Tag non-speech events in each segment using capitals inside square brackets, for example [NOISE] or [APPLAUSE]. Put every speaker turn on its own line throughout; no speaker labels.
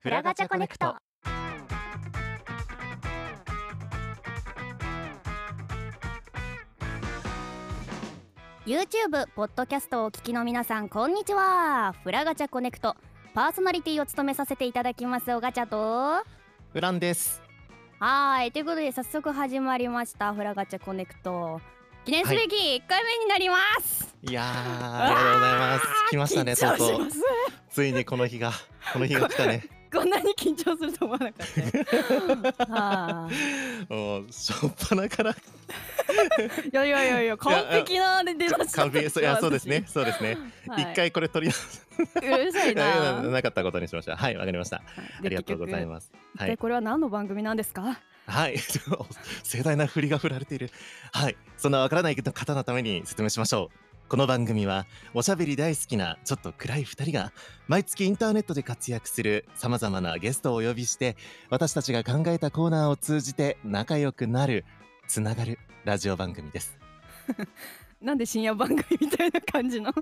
フラガチャコネクト。
YouTube、ポッドキャストをお聞きの皆さん、こんにちは。フラガチャコネクト、パーソナリティを務めさせていただきます、おガチャと。は
ウランです。
ーい、ということで、早速始まりました、フラガチャコネクト。記念すべき1回目になります。
い [LAUGHS] やー、ありがとうございます。来ましたね、と
緊
う
張し
と
ま
う。
す。
ついにこの日が、この日が来たね。
こんなに緊張すると思わなかったよ。 [LAUGHS] はー
もう、しょっぱなから
いやいやいやいや、完璧な出だしだった
完璧。いや、そうですね。。そうですね。
はい
一、回これ取り
うるさ
出
いな。
なかったことにしました。はい、わかりました。ありがとうござい
す。
ます。は
一体
い。
これは何の番組なんですか。
はい。 [LAUGHS] 盛大な振りが振られている。はい。そんなわからない方のために説明しましょう。この番組は、おしゃべり大好きなちょっと暗い2人が、毎月インターネットで活躍するさまざまなゲストをお呼びして、私たちが考えたコーナーを通じて仲良くなる、つながるラジオ番組です。
なんで深夜番組みたいな感じの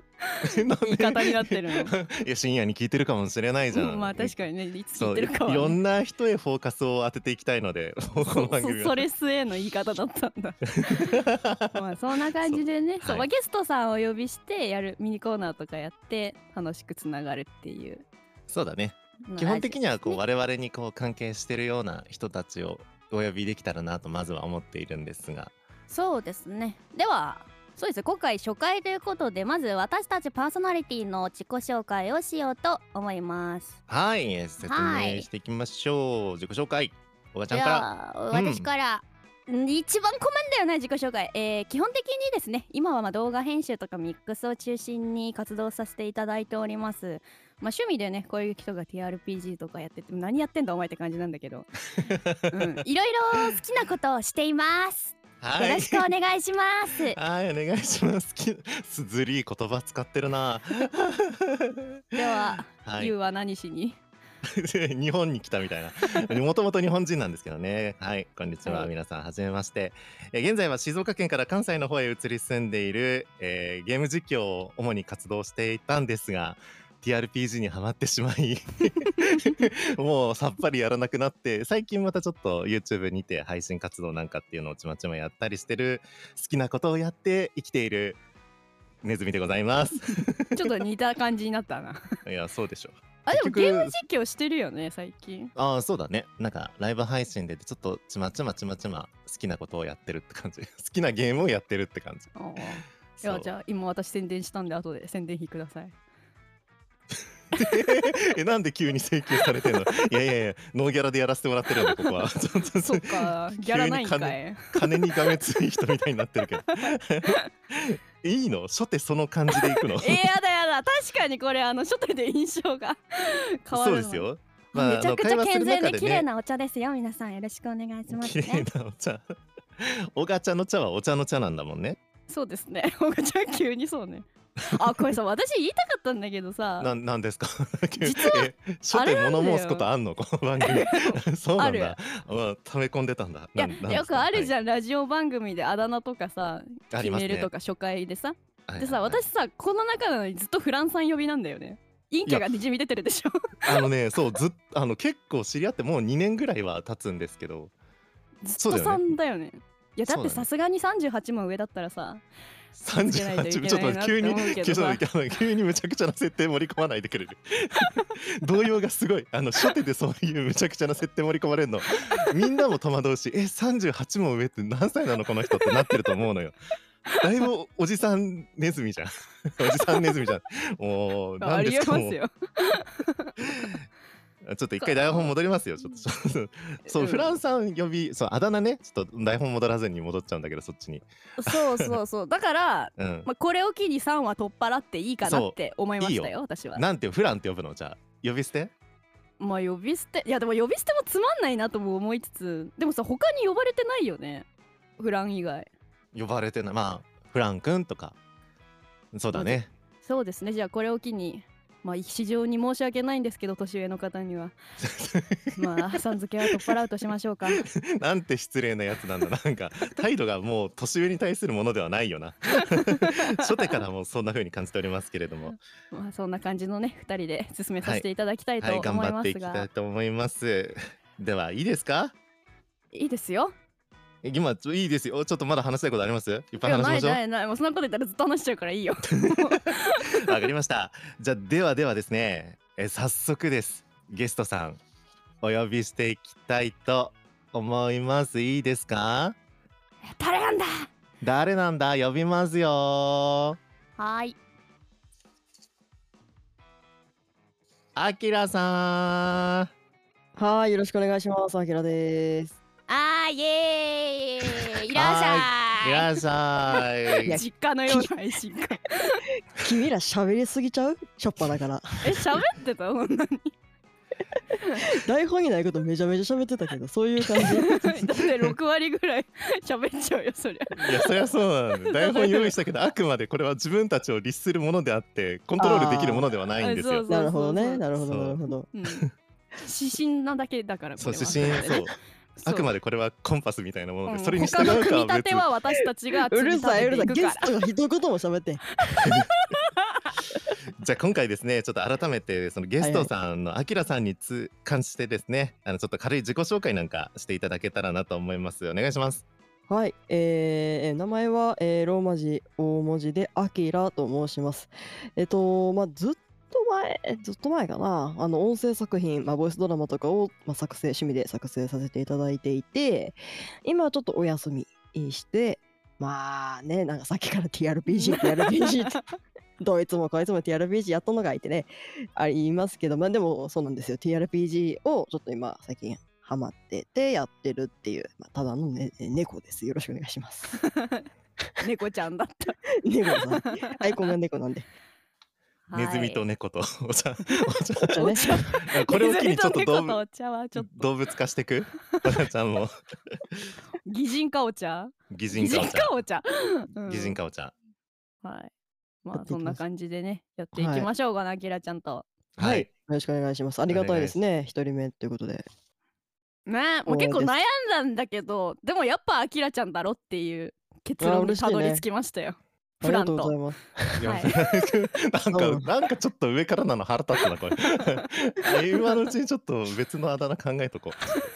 言
[LAUGHS] 言い方になってるの。
[LAUGHS] いや深夜に聞いてるかもしれないじゃん。
まあ確かにね、いつ
そ
聞
う
いてるか
いろ
は、ね。
んな人へフォーカスを当てていきたいので、この
そ
番組
そ
は。
それ据えの言い方だったん
[LAUGHS]
だまあそんな感じでねそう、
はい
まあゲストさんをお呼びしてやるミニコーナーとかやって楽しくつながるっていう
[LAUGHS] そうだね。
の
基本的にはこう
ラ
我々にこう関係してるような人たちをお呼びできたらなとまずは思っているんですが
ジですねそうですねではそうですね今回初回ということでまず私たちパーソナリティの自己紹介をしようと思います
はいえー説
はい
明していきましょう自己紹介おばちゃん
で
から
は
うん
私から、ん一番困るんだよね自己紹介、えー基本的にですね今はまあ動画編集とかミックスを中心に活動させていただいておりますまあ趣味でねこういう人が TRPG とかやってて何やってんだお前って感じなん
[LAUGHS]
だけど、うん、いろいろ好きなことをしています、
は
よ
い
ろしくお願いします
[LAUGHS] はいお願いしますきすずりい言葉使ってるな [LAUGHS]
では、
は
ゆ
い
うは何しに
[LAUGHS] 日本に来たみたいな [LAUGHS] もともと日本人なんですけどねはいこんにちは、
はい
皆さんはじめましてえー現在は静岡県から関西の方へ移り住んでいる、えーゲーム実況を主に活動していたんですが TRPG にはまってしまいもうさっぱりやらなくなって最近またちょっと YouTube にて配信活動なんかっていうのをちまちまやったりしてる好きなことをやって生きているネズミでございます
ちょっと似た感じになったな
いやそうでしょ
[LAUGHS] あでも
結局
ゲーム実況してるよね最近
ああそうだねなんかライブ配信でちょっとちまちまちまちま好きなことをやってるって感じ [LAUGHS] 好きなゲームをやってるって感じ
おうおうい
そう
やじゃあ今私宣伝したんで後で宣伝費ください
[LAUGHS] えなんで急に請求されてんの [LAUGHS] いやいやいやノーギャラでやらせてもらってるんでここ
[LAUGHS]
はちょっと
[LAUGHS] そっ
[LAUGHS]
かギャラないんか
急に
い
金にがめつい人みたいになってるけど [LAUGHS] いいの初手その感じでいくの
[LAUGHS] えー、やだやだ確かにこれあの初手で印象が [LAUGHS] 変わ
そ
る
う
の
ですよ
めちゃくちゃ健全で綺麗
な
なお茶ですよ皆さんよろしくお願いします
綺麗
ね
な [LAUGHS] お茶おがちゃの茶はお茶の茶なんだもんね
そうですね [LAUGHS] おがちゃん急にそ
[LAUGHS]
うねあこれさ私言いたかったんだけど
な
さ
なんですか [LAUGHS]
実
え初
あれ
手
なんだよ
物申すことあんのこ [LAUGHS] の番組 [LAUGHS] そうなんだまあ溜め込んでたんだ
いや
なんなんですか
よくあるじ
は
ゃん、ラジオ番組であだ名とかさ
いあり
決
ます
め
ね
るとか初回でさ、
はい
でさ
はいはい
私さこの中なのにずっとフランさん呼びなんだよね陰キャがにじみ出てるでしょ
あのねそうずっあの結構知り合ってもう2年ぐらいは経つんですけど
ず
そ
っ
う
と
だよね
さんだよねいやだっ
そうだ
て
ね
さすがに38も上だったらさ続けないといけ
38
な
ちょっと
いなっ
急
て
に
思うけ
急
どさ
にあの
[LAUGHS]
急にむちゃくちゃな設定盛り込まないでくれる [LAUGHS] 動揺がすごいあの初手でそういうむちゃくちゃな設定盛り込まれるのみんなも戸惑うしえ38も上って何歳なのこの人ってなってると思うのよだいぶおおじさんネズミじゃん [LAUGHS] おじさんネズミじゃんもう
あ
何で
りえ
すか
ま
もう [LAUGHS]
すよ
ちょっと一回台本戻りますよ。ちょっとち
[LAUGHS]
ょっとそう、
うん
フランさん呼び、そうあだ名ね、ちょっと台本戻らずに戻っちゃうんだけどそっちに。
そうそうそうだから、
うん。
まあ、これを機に3は取っ払っていいかなって思いましたよ
いいよ
私は
なんてフランって呼ぶのじゃあ呼び捨て？
まあ呼び捨ていやでも呼び捨てもつまんないなとも思いつつでもさ他に呼ばれてないよねフラン以外
呼ばれてない。まあフラン君とか。そうだね。
そうですねじゃあこれを機にまあ非常に申し訳ないんですけど年上の方
[LAUGHS]
にはまあさん付けは取っ払うとしましょうか
[LAUGHS] なんて失礼なやつなんだなんか態度がもう年上に対するものではないよ
[LAUGHS]
な初手からもうそんな風に感じておりますけれど
[LAUGHS]
も
まあそんな感じのね2人で進めさせていただきたいと
はい
思い
頑張
ま
って
す
いき
が、
たいと思いますではいいですか
い、いですよ
今ちょいいですよちょっとまだ話したいことありますいっぱい
いや
話し
な
ま
い
しょう
ないないもうそんなこと言ったらずっと話しちゃうからいいよ
わかりました。じゃあではではですね、え早速です。ゲストさんお呼びしていきたいと思います。いいですか？
誰なんだ
誰なんだ？呼びますよ。
はーい
あきらさ
はい、よろしくお願いします。あきらです。
あーイエー [LAUGHS] イいらっし
ん、い
ゃ
らっしゃい。
いや
い実家のような配信か
君ら喋りすぎちゃうしょっぱだから。
え喋ってたそんなに
台本にないことめちゃめちゃ喋ってたけど、そういう感じ。
[LAUGHS] だって6割ぐらい [LAUGHS] 喋っちゃうよそりゃ
いやそりゃそう [LAUGHS] なんで台本用意したけどあくまでこれは自分たちを律するものであってコントロールできるものではないんですよ。
なるほどね、なるほ
そ
ど、
う
なるほど。
うん指針なだけだから
そう
これ
指
は
針
[LAUGHS]
そうあくま
で
でこれはコンパスみたいなもので、それに従
他の
うか
組み
は
立
別
て
に
は私たちが
うるさい、うるさい。
組み立ててく
ゲ
か
ストが一言も喋ってん。
じゃあ今回ですねちょっと改めてそのゲストさんのあきらさんにつ関してですねあのちょっと軽い自己紹介なんかしていただけたらなと思いますお願いします
はい、えーえー名前は、えーローマ字大文字でアキラと申します。えっ、とまあずっと前ずっと前かなあの音声作品、まあ、ボイスドラマとかを、まあ、作成趣味で作成させていただいていて今はちょっとお休みしてまあねなんかさっきから TRPG TRPG って。 [LAUGHS] どいつもこいつも TRPG やっとんのがいってねありますけどまあでもそうなんですよ TRPG をちょっと今最近ハマっててやってるっていう、まあ、ただの、ね、猫ですよろしくお願いします
[LAUGHS]
猫ちゃんだった
猫さんアイコンが猫なんで
ネズミと
ね
猫とお茶
お茶ね
お茶これを機にちょっと
[LAUGHS]
動物
お茶はちょっと
動物化してくお茶ちゃんも
擬人化お茶
擬人化お茶
お茶うん
擬人化お茶
はい
や
ま
っ
あ
てい
そ
き
ん
ま
な
す
感じでねやっていきましょうかなあきらちゃんと
はい、
はいよろしくお願いしますありがたいですね一人目ということで
ねもう結構
そうです
悩んだんだけどでもやっぱあきらちゃんだろっていう結論に
嬉しい
た
ね
どり着きましたよ
あ
プ
り
ラ
が
ン
とうござい
と
ます
いや
はい
なん
うん
かなんかちょっと上からなの腹立つなこ
[LAUGHS]
れ今のうちにちょっと別のあだ名考えとこ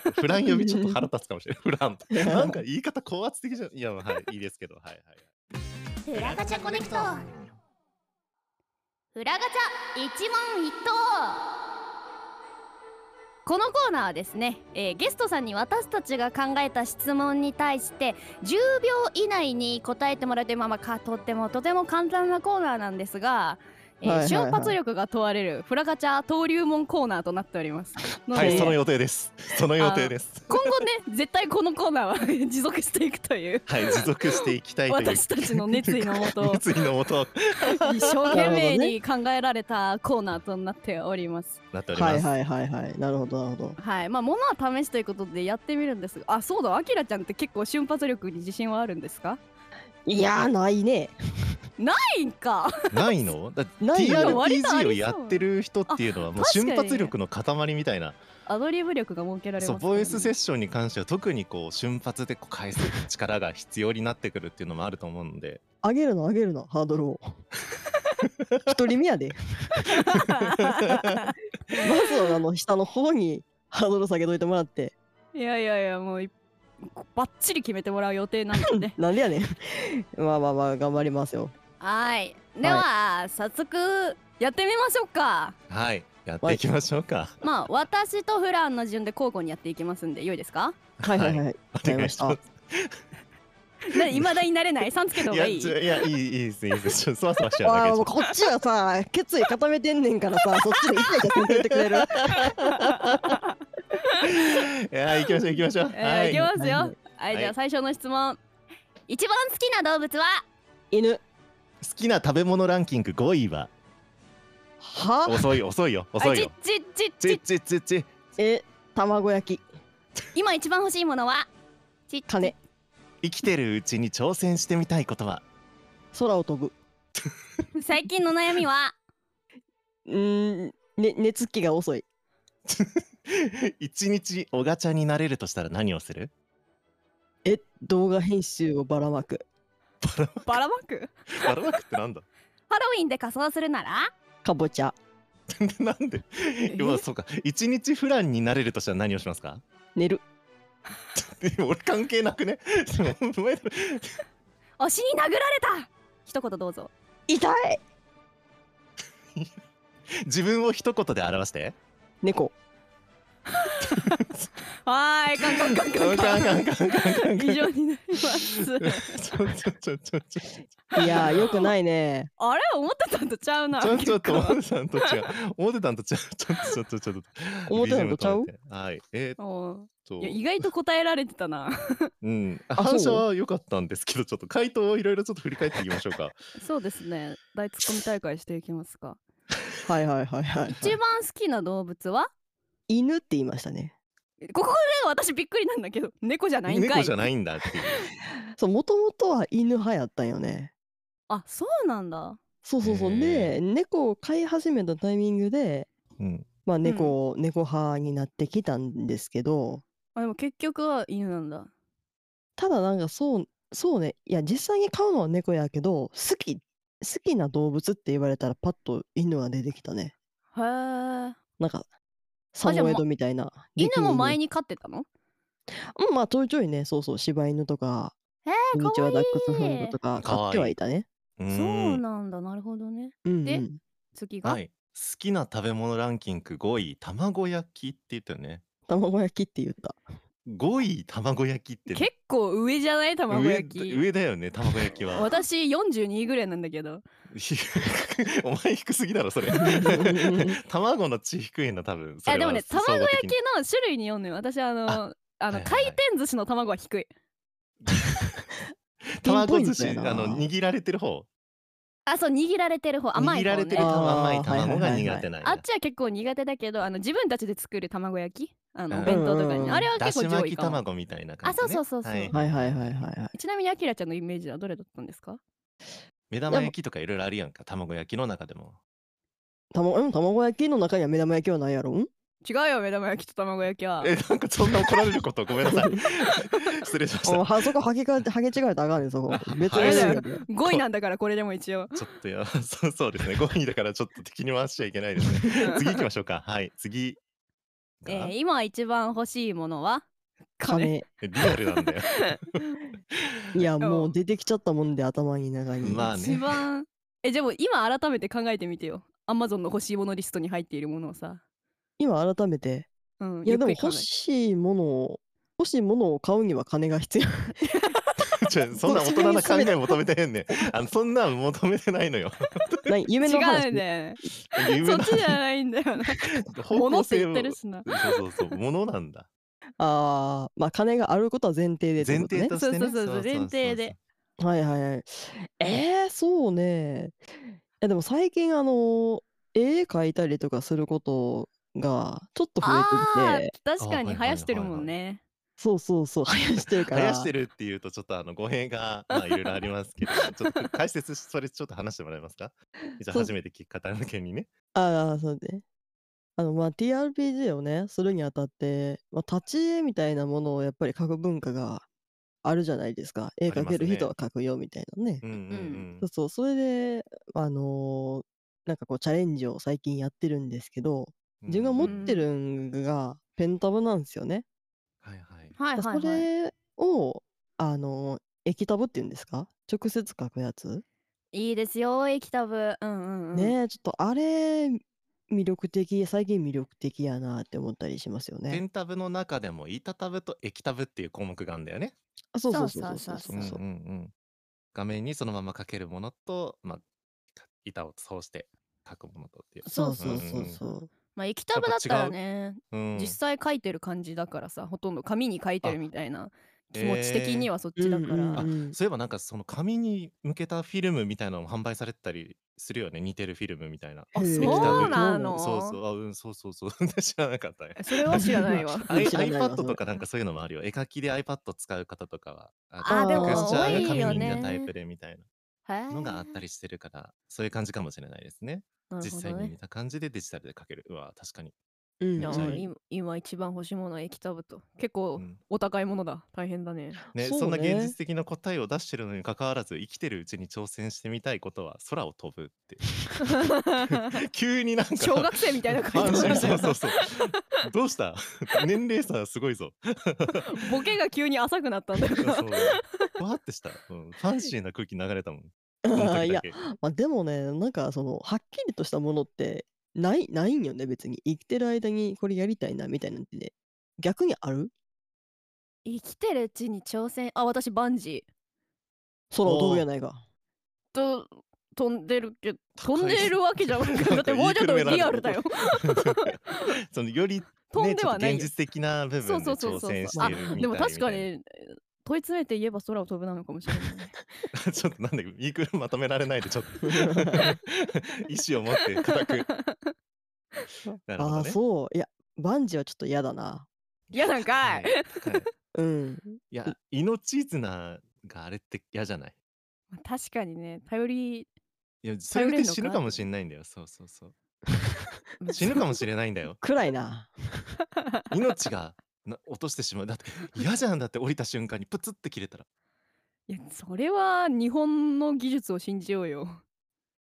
うフラン呼びちょっと腹立つかもしれないフランなんか言い方高圧的じゃんいやはいいいですけどはいはい
フラガチャコネクト
フラガチャ一問一答このコーナーはですね、えーゲストさんに私たちが考えた質問に対して10秒以内に答えてもらうというまあまあかとってもとても簡単なコーナーなんですが、えー
はいはいはい
瞬発力が問われるフラガチャ登竜門コーナーとなっております。
は
の
い、
で
その予定です。その予定です。
今後ね絶対このコーナーは [LAUGHS] 持続していくという
はい、持続していきたいという
私たちの熱意のもと
熱意のもと
一生
な
懸
るほ
命
どね
に考えられたコーナーとなっております。
なっております。
はいはいはいはいなるほどなるほど
はい、まあ物は試しということでやってみるんですがあそうだあきらちゃんって結構瞬発力に自信はあるんですか
いやーないね
ないんか
ないの？だって
ないよ
割と
TRPG
ありそ
を
う
やってる人っていうのはもう
あ確かに
瞬発力の塊みたいな。
アドリブ力が設けられます
そ
か
う、
ら
ボイスセッ
ね、
ションに関しては特にこう瞬発でこう返す力が必要になってくるっていうのもあると思うので、
上げるの上げるのハードル [LAUGHS] を一人目やで [LAUGHS] まずはあの下の方にハードル下げといてもらって
いやいやいやもういバッチリ決めてもらう予定なんでね
なんでやねんまあまあまあ頑張りますよ
はいでは、早速やってみましょうか
はい、やっていきましょうか。
まあ私とフランの順で交互にやっていきますんで良いです [LAUGHS] か
はいはいはい、
お願いします。
いまだになれないさんつけた
い
方が
や、
いい
ちょいやいいいいですいいです。ちょっとそわそわしちゃうだけ
あ
で
あ
す
もうこっちはさ決意固めてんねんからさそっちにイチャイチャせんといてくれる
いや、行きましょう行きましょう。
[LAUGHS] えーいきますよ
は
[LAUGHS] はいい、じゃあ最初の質問一番好きな動物は
犬
好きな食べ物ランキング5位は
は
遅い遅いよ遅
あ
い
ちっ
よ。
ちっちっち
ちちちち
え卵焼き
今一番欲しいものはちっ
金
生きてるうちに挑戦してみたいことは
空を飛ぶ
[LAUGHS] 最近の悩みは
うーん、ね、寝つきが遅い。
[LAUGHS] 一日おがちゃになれるとしたら何をする
え、動画編集をばらまく。
ばらまく
バラマクってなんだ [LAUGHS]
ハロウィンで仮装するなら
かぼちゃ。
なんでまあそうか一日フランになれるとしたら何をしますか
寝る。
俺関係なくねお前
推しに殴られた一言どうぞ
痛い
自分を一言で表して [LAUGHS]
猫。
はーいカンカンカンカンカン
カンカンカンカンカン
以上になります
ちょちょちょちょちょ
いやー、よくないね。
あれ思ってたんとちゃうな
ちょちょっと
結構
思ってたんと違う。思ってたんと違う。ちょっとちょっとちょっと。
思ってたんとちゃ
BGM 変
う
えてはい。えーっ
お
と
ーいや意外と答えられてたな
うん。
そう
反射は良かったんですけど、ちょっと回答をいろいろちょっと振り返っていきましょうか。
そうですね大ツッコミ大会していきますか
はいはいはいはい。
一番好きな動物は
犬って言いましたね。
ここで私びっくりなんだけど猫じゃないんかい
猫じゃないんだっていう。
そう、もともとは犬派やったんよね。
あそうなんだ
そうそうそう。
へ
で、猫を飼い始めたタイミングで、
うん。
まあ猫を、猫派になってきたんですけど、
あでも結局は犬なんだ
ただなんかそう、そうね、いや実際に飼うのは猫やけど、好き、好きな動物って言われたらパッと犬は出てきたね。
へえ
なんか、サ
じゃあ
モエド
ま
みたいな。激
犬も前
に。
に飼ってたの
うん、まあちょいちょいね、そうそう、柴犬とか、
え
ミ
ー、
ニチ
かわ
ュア
いい
ダックスフンドとか
かわいい
飼ってはいたね。
う。
そうんなんだなるほどね
うん、う
で
ん。
次が、
はい。好きな食べ物ランキング5位、卵焼きって言ったよね。
卵焼きって言った。
5位、卵焼きって。
結構上じゃない卵焼き
上上だよね、卵焼きは。
私42ぐらいなんだけど
[LAUGHS] お前低すぎだろ、そ
[LAUGHS]
れ。卵の血低いな、多分。それ
え
は
でもね
相場
卵
的
焼
に
きの種類によんのよ私あの
あ
あの、
はいはいはい
回転寿司の卵は低い
卵
ピンポ
寿
イント
司
やな
あの握られてる方
あそう握られてる方甘い
握ら
方
れて
ね
る
あー
卵甘い卵が
はいはいはいはい
苦手なんや
あっちは結構苦手だけどあの自分たちで作る卵焼きあの、
うん
お弁当とか
うんうんう
に
ん
あれは
だ
結
し
構上
巻き
位かも
卵みたいな感じ、ね、
あそうそうそうそう
はいはいはいはいはい。
ちなみにあきらちゃんのイメージはどれだったんですか
目玉焼きとかいろいろあるやんか卵焼きの中でも
卵うん卵焼きの中には目玉焼きはない
[LAUGHS]
やろん
違うよ目玉焼きと卵焼きは
えなんかそんな怒られることごめんなさい
[LAUGHS]
失礼しました
おはそこはけかはけ違えたらあかんね
[LAUGHS]
んそこ別
はい
にやで
5位なんだからこれでも一
[LAUGHS]
応
ちょっとやそうそうですね5位だからちょっと敵に回しちゃいけないですね次行きましょうかはい次が
えー今一番欲しいものは
金
リアルなんだよ
いやもう出てきちゃったもんで頭に中に
まあね
[LAUGHS] 一番えでも今改めて考えてみてよアマゾンの欲しいものリストに入っているものをさ、
今改めて
うん、
い
ゆ
や
っ
で
く
も
り考え
欲しいものを欲しいものを買うには金が必要 [LAUGHS]
[LAUGHS]
ちょそんな大人な考え求めてへんねんあのそんなん求めてないの
[LAUGHS]
よ
ない夢の
違
話
うんだよね
夢
そ
の
っちじゃないんだよな
方向性を
物って [LAUGHS] 言ってるしな
そうそうそう物なん
[LAUGHS]
だ
あーまあ金があることは前提でって
前
こと
提
ね
としてね
そうそうそう前提で
はいはいはいえー、そうねえでも最近あの絵描いたりとかすることがちょっと増え
あ
てきて
ー確
あは
かに
いはいはい
生
はい
やしてるもんね
そうそうそう生やしてるから
生やしてるっていうとちょっとあの語弊
[LAUGHS]
がまあいろいろありますけどちょっと解説しそれちょっと話してもらえますかじゃあ
そう
初めて聞く方向けにね
ああ、そうね。あの、まあ、TRPG をね、するにあたって、まあ、立ち絵みたいなものをやっぱり描く文化があるじゃないですか。絵
ありま
描
す
ける人
ね
は描くよみたいなね。
うんうん
そうそう、それで、あのーなんかこう、チャレンジを最近やってるんですけど、
うん
自分が持って
うん
るんがペンタブなんですよね。
はいはい
はい
だ
はい、
そ
はい、
れを、あのー液タブっていうんですか直接描くやつ、
いいですよ液タブうんうん、うん、
ねえちょっとあれ、魅力的、最近魅力的やなって思ったりしますよね。
ペンタブの中でも板タブと液タブっていう項目があるんだよね
あそう
そ
そううそうそ
そ
うそうう
そう
そう。
んうんうん画面にそのまま書けるものとまあか板を通して書くものとっていう
そうう
そ
そうう
そ
そううそう。
まあ液タブだった
や
ら
っぱ
ね
うん
実際書いてる感じだからさほとんど紙に書いてるみたいな気持ち的にはそっちだから、
うんうんうん
そういえばなんかその紙に向けたフィルムみたいなのも販売されてたりするよね似てるフィルムみたいな
あ
へえ
そうなの
そうそう、あ、うん、そうそう [LAUGHS] そう、知らなかったね
え。それは知
[LAUGHS]
らないわ
アイ
知らないわ
iPad
それ
とかなんかそういうのもあるよ。絵描きで iPad 使う方とかは、
あ
ーでも
テクスチャーが
多いよ
紙に似
ね
たタイプでみたいな
へー
のがあったりしてるから、そういう感じかもしれないですね。
なるほ
実
ど
際に
ね
見た感じでデジタルで書けるうわ確かに、
うん
いや
じゃあ
今今一番欲しいものは液タブと結
う
構
ん
お高いものだ大変
[LAUGHS]
だね [LAUGHS]
ね
そ
そう
ね
んな現実的な答えを出してるのに関わらず生きてるうちに挑戦してみたいことは空を飛ぶって [LAUGHS] 急になんか
小学生みたいな感
安
じ
心そうそうそうどう [LAUGHS] した年齢差すごい
[LAUGHS]
ぞ
ボケが急に浅くなったんだ
[LAUGHS] そ
よ
うわーってした、うん、ファンシーな空気流れたも
[LAUGHS]
んその時だ
あ
け
いや、まあ、でもねなんかそのはっきりとしたものってないないんよね別に生きてる間にこれやりたいなみたいなんてね逆にある
[LAUGHS] 生きてるうちに挑戦あ私バンジー
空を飛ぶやないか
と飛んでるけど
高い
飛んでるわけじゃない
なん
か
から
だってもうちょっと
言いくるめ
リ
ら
ア
れ
ル
た [LAUGHS]
だよ
そのより、ね、
飛んではないよ
ちょっと現実的な部
そ
分
う
で
そうそう
挑
そう
戦し
そうあ
ているみたい
でも確かに
み
えー問い詰めて言えば空を飛ぶなのかもしれな
た
いね
いな [LAUGHS] ちょっとなんだ言いくるまとめられないでちょっと [LAUGHS] 意志を持って固
[LAUGHS]
くなるほ
あ
ど
あ
ね
そういやバンジーはちょっと嫌だな
嫌なんか [LAUGHS] い
高い高い
うん
いや命綱があれって嫌じゃない
まあ確かにね頼り
いやそれ
頼
で
れんのか
死ぬかもしれないんだよそうそうそう死ぬかもしれないん
[LAUGHS]
だよ
暗
[LAUGHS]
いな
命がな落としてしまうだって嫌じゃんだって降りた瞬間にプツって切れたら
いやそれは日本の技術を信じようよ。
[LAUGHS]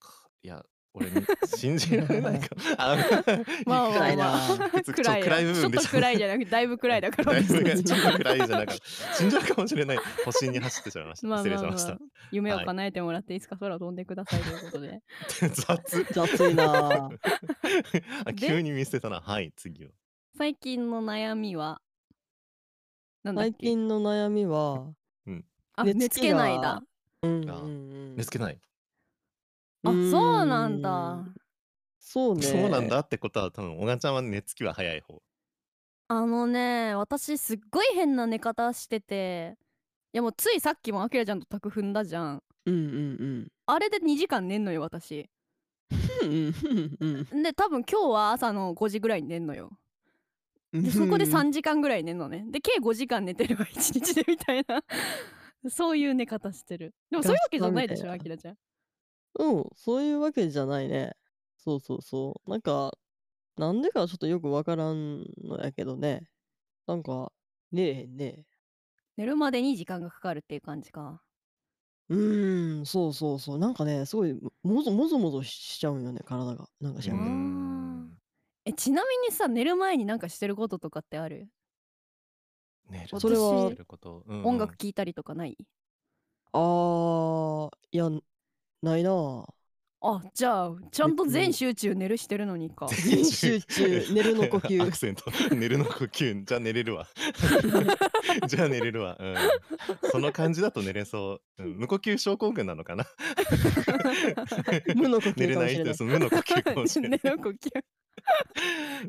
かいや俺に信じられないかあ
[LAUGHS] まあま
暗
[LAUGHS] あ
い
ま
な
あ
ちょっと
暗いな
暗い部分で
ちょっと暗いじゃなくてだいぶ暗いだから
[LAUGHS] だいぶ
私
暗
た
い
ち
ちょっと暗いじゃなく死んじゃうかもしれない保身に走ってしまいました、
まあ
失
ま
礼
あ
し
ま
まし
あ
た
夢を
はい
叶えてもらっていつか空を飛んでくださいというこ
[LAUGHS]
とで [LAUGHS]
雑
雑いな
あ
で
急に見捨てたなはい次を
最近の悩みはなんだっ
最
け
近の悩みは
あ
寝つき
寝つけないだ
がうん
あ
うん
見つけない、
あ
ん
そうなんだ
そうね
そうなんだってことは多分小川ちゃんは寝つきは早い方
あのね私すっごい変な寝方してていやもうついさっきもアキラちゃんと宅踏んだじゃん
うんうん
あれで2時間寝んのよ私
うんうんうんうん
で多分今日は朝の5時ぐらいに寝んのよ
うん
でそこで3時間ぐらい寝るのねで計5時間寝てれば1日 [LAUGHS] でみたいなそういう寝方してるでもそういうわけじゃないでしょ
ガ
あ
ス
きらちゃん
うん、そういうわけじゃないね。そうそうそう。なんか、なんでかちょっとよくわからんのやけどね。なんか、ねえへんね。
寝るまでに時間がかかるっていう感じか
うーん、そうそうそう。なんかね、すごい、ももぞもぞもぞしちゃうんよね、体が。なんかし
う
ら
うん
けど。
ん
えちなみにさ寝る前になんかしてることとかってある、
寝
それは
ることうんうん
音楽聴いたりとかない
あー、いや、ないなぁ。
あじゃあちゃんと全集中寝るしてるのにか
全集中寝るの呼吸
アクセント寝るの呼吸じゃあ寝れ
[LAUGHS]
るわじゃあ寝れるわ、うん、その感じだと寝れそう、うん、無呼吸症候群なのかな
[LAUGHS] 無の呼吸
寝れ
かも
な
し
い
れ
っ
な
て
い。
その無の呼吸かもしれ
[LAUGHS] 寝
[LAUGHS]
ない
る呼吸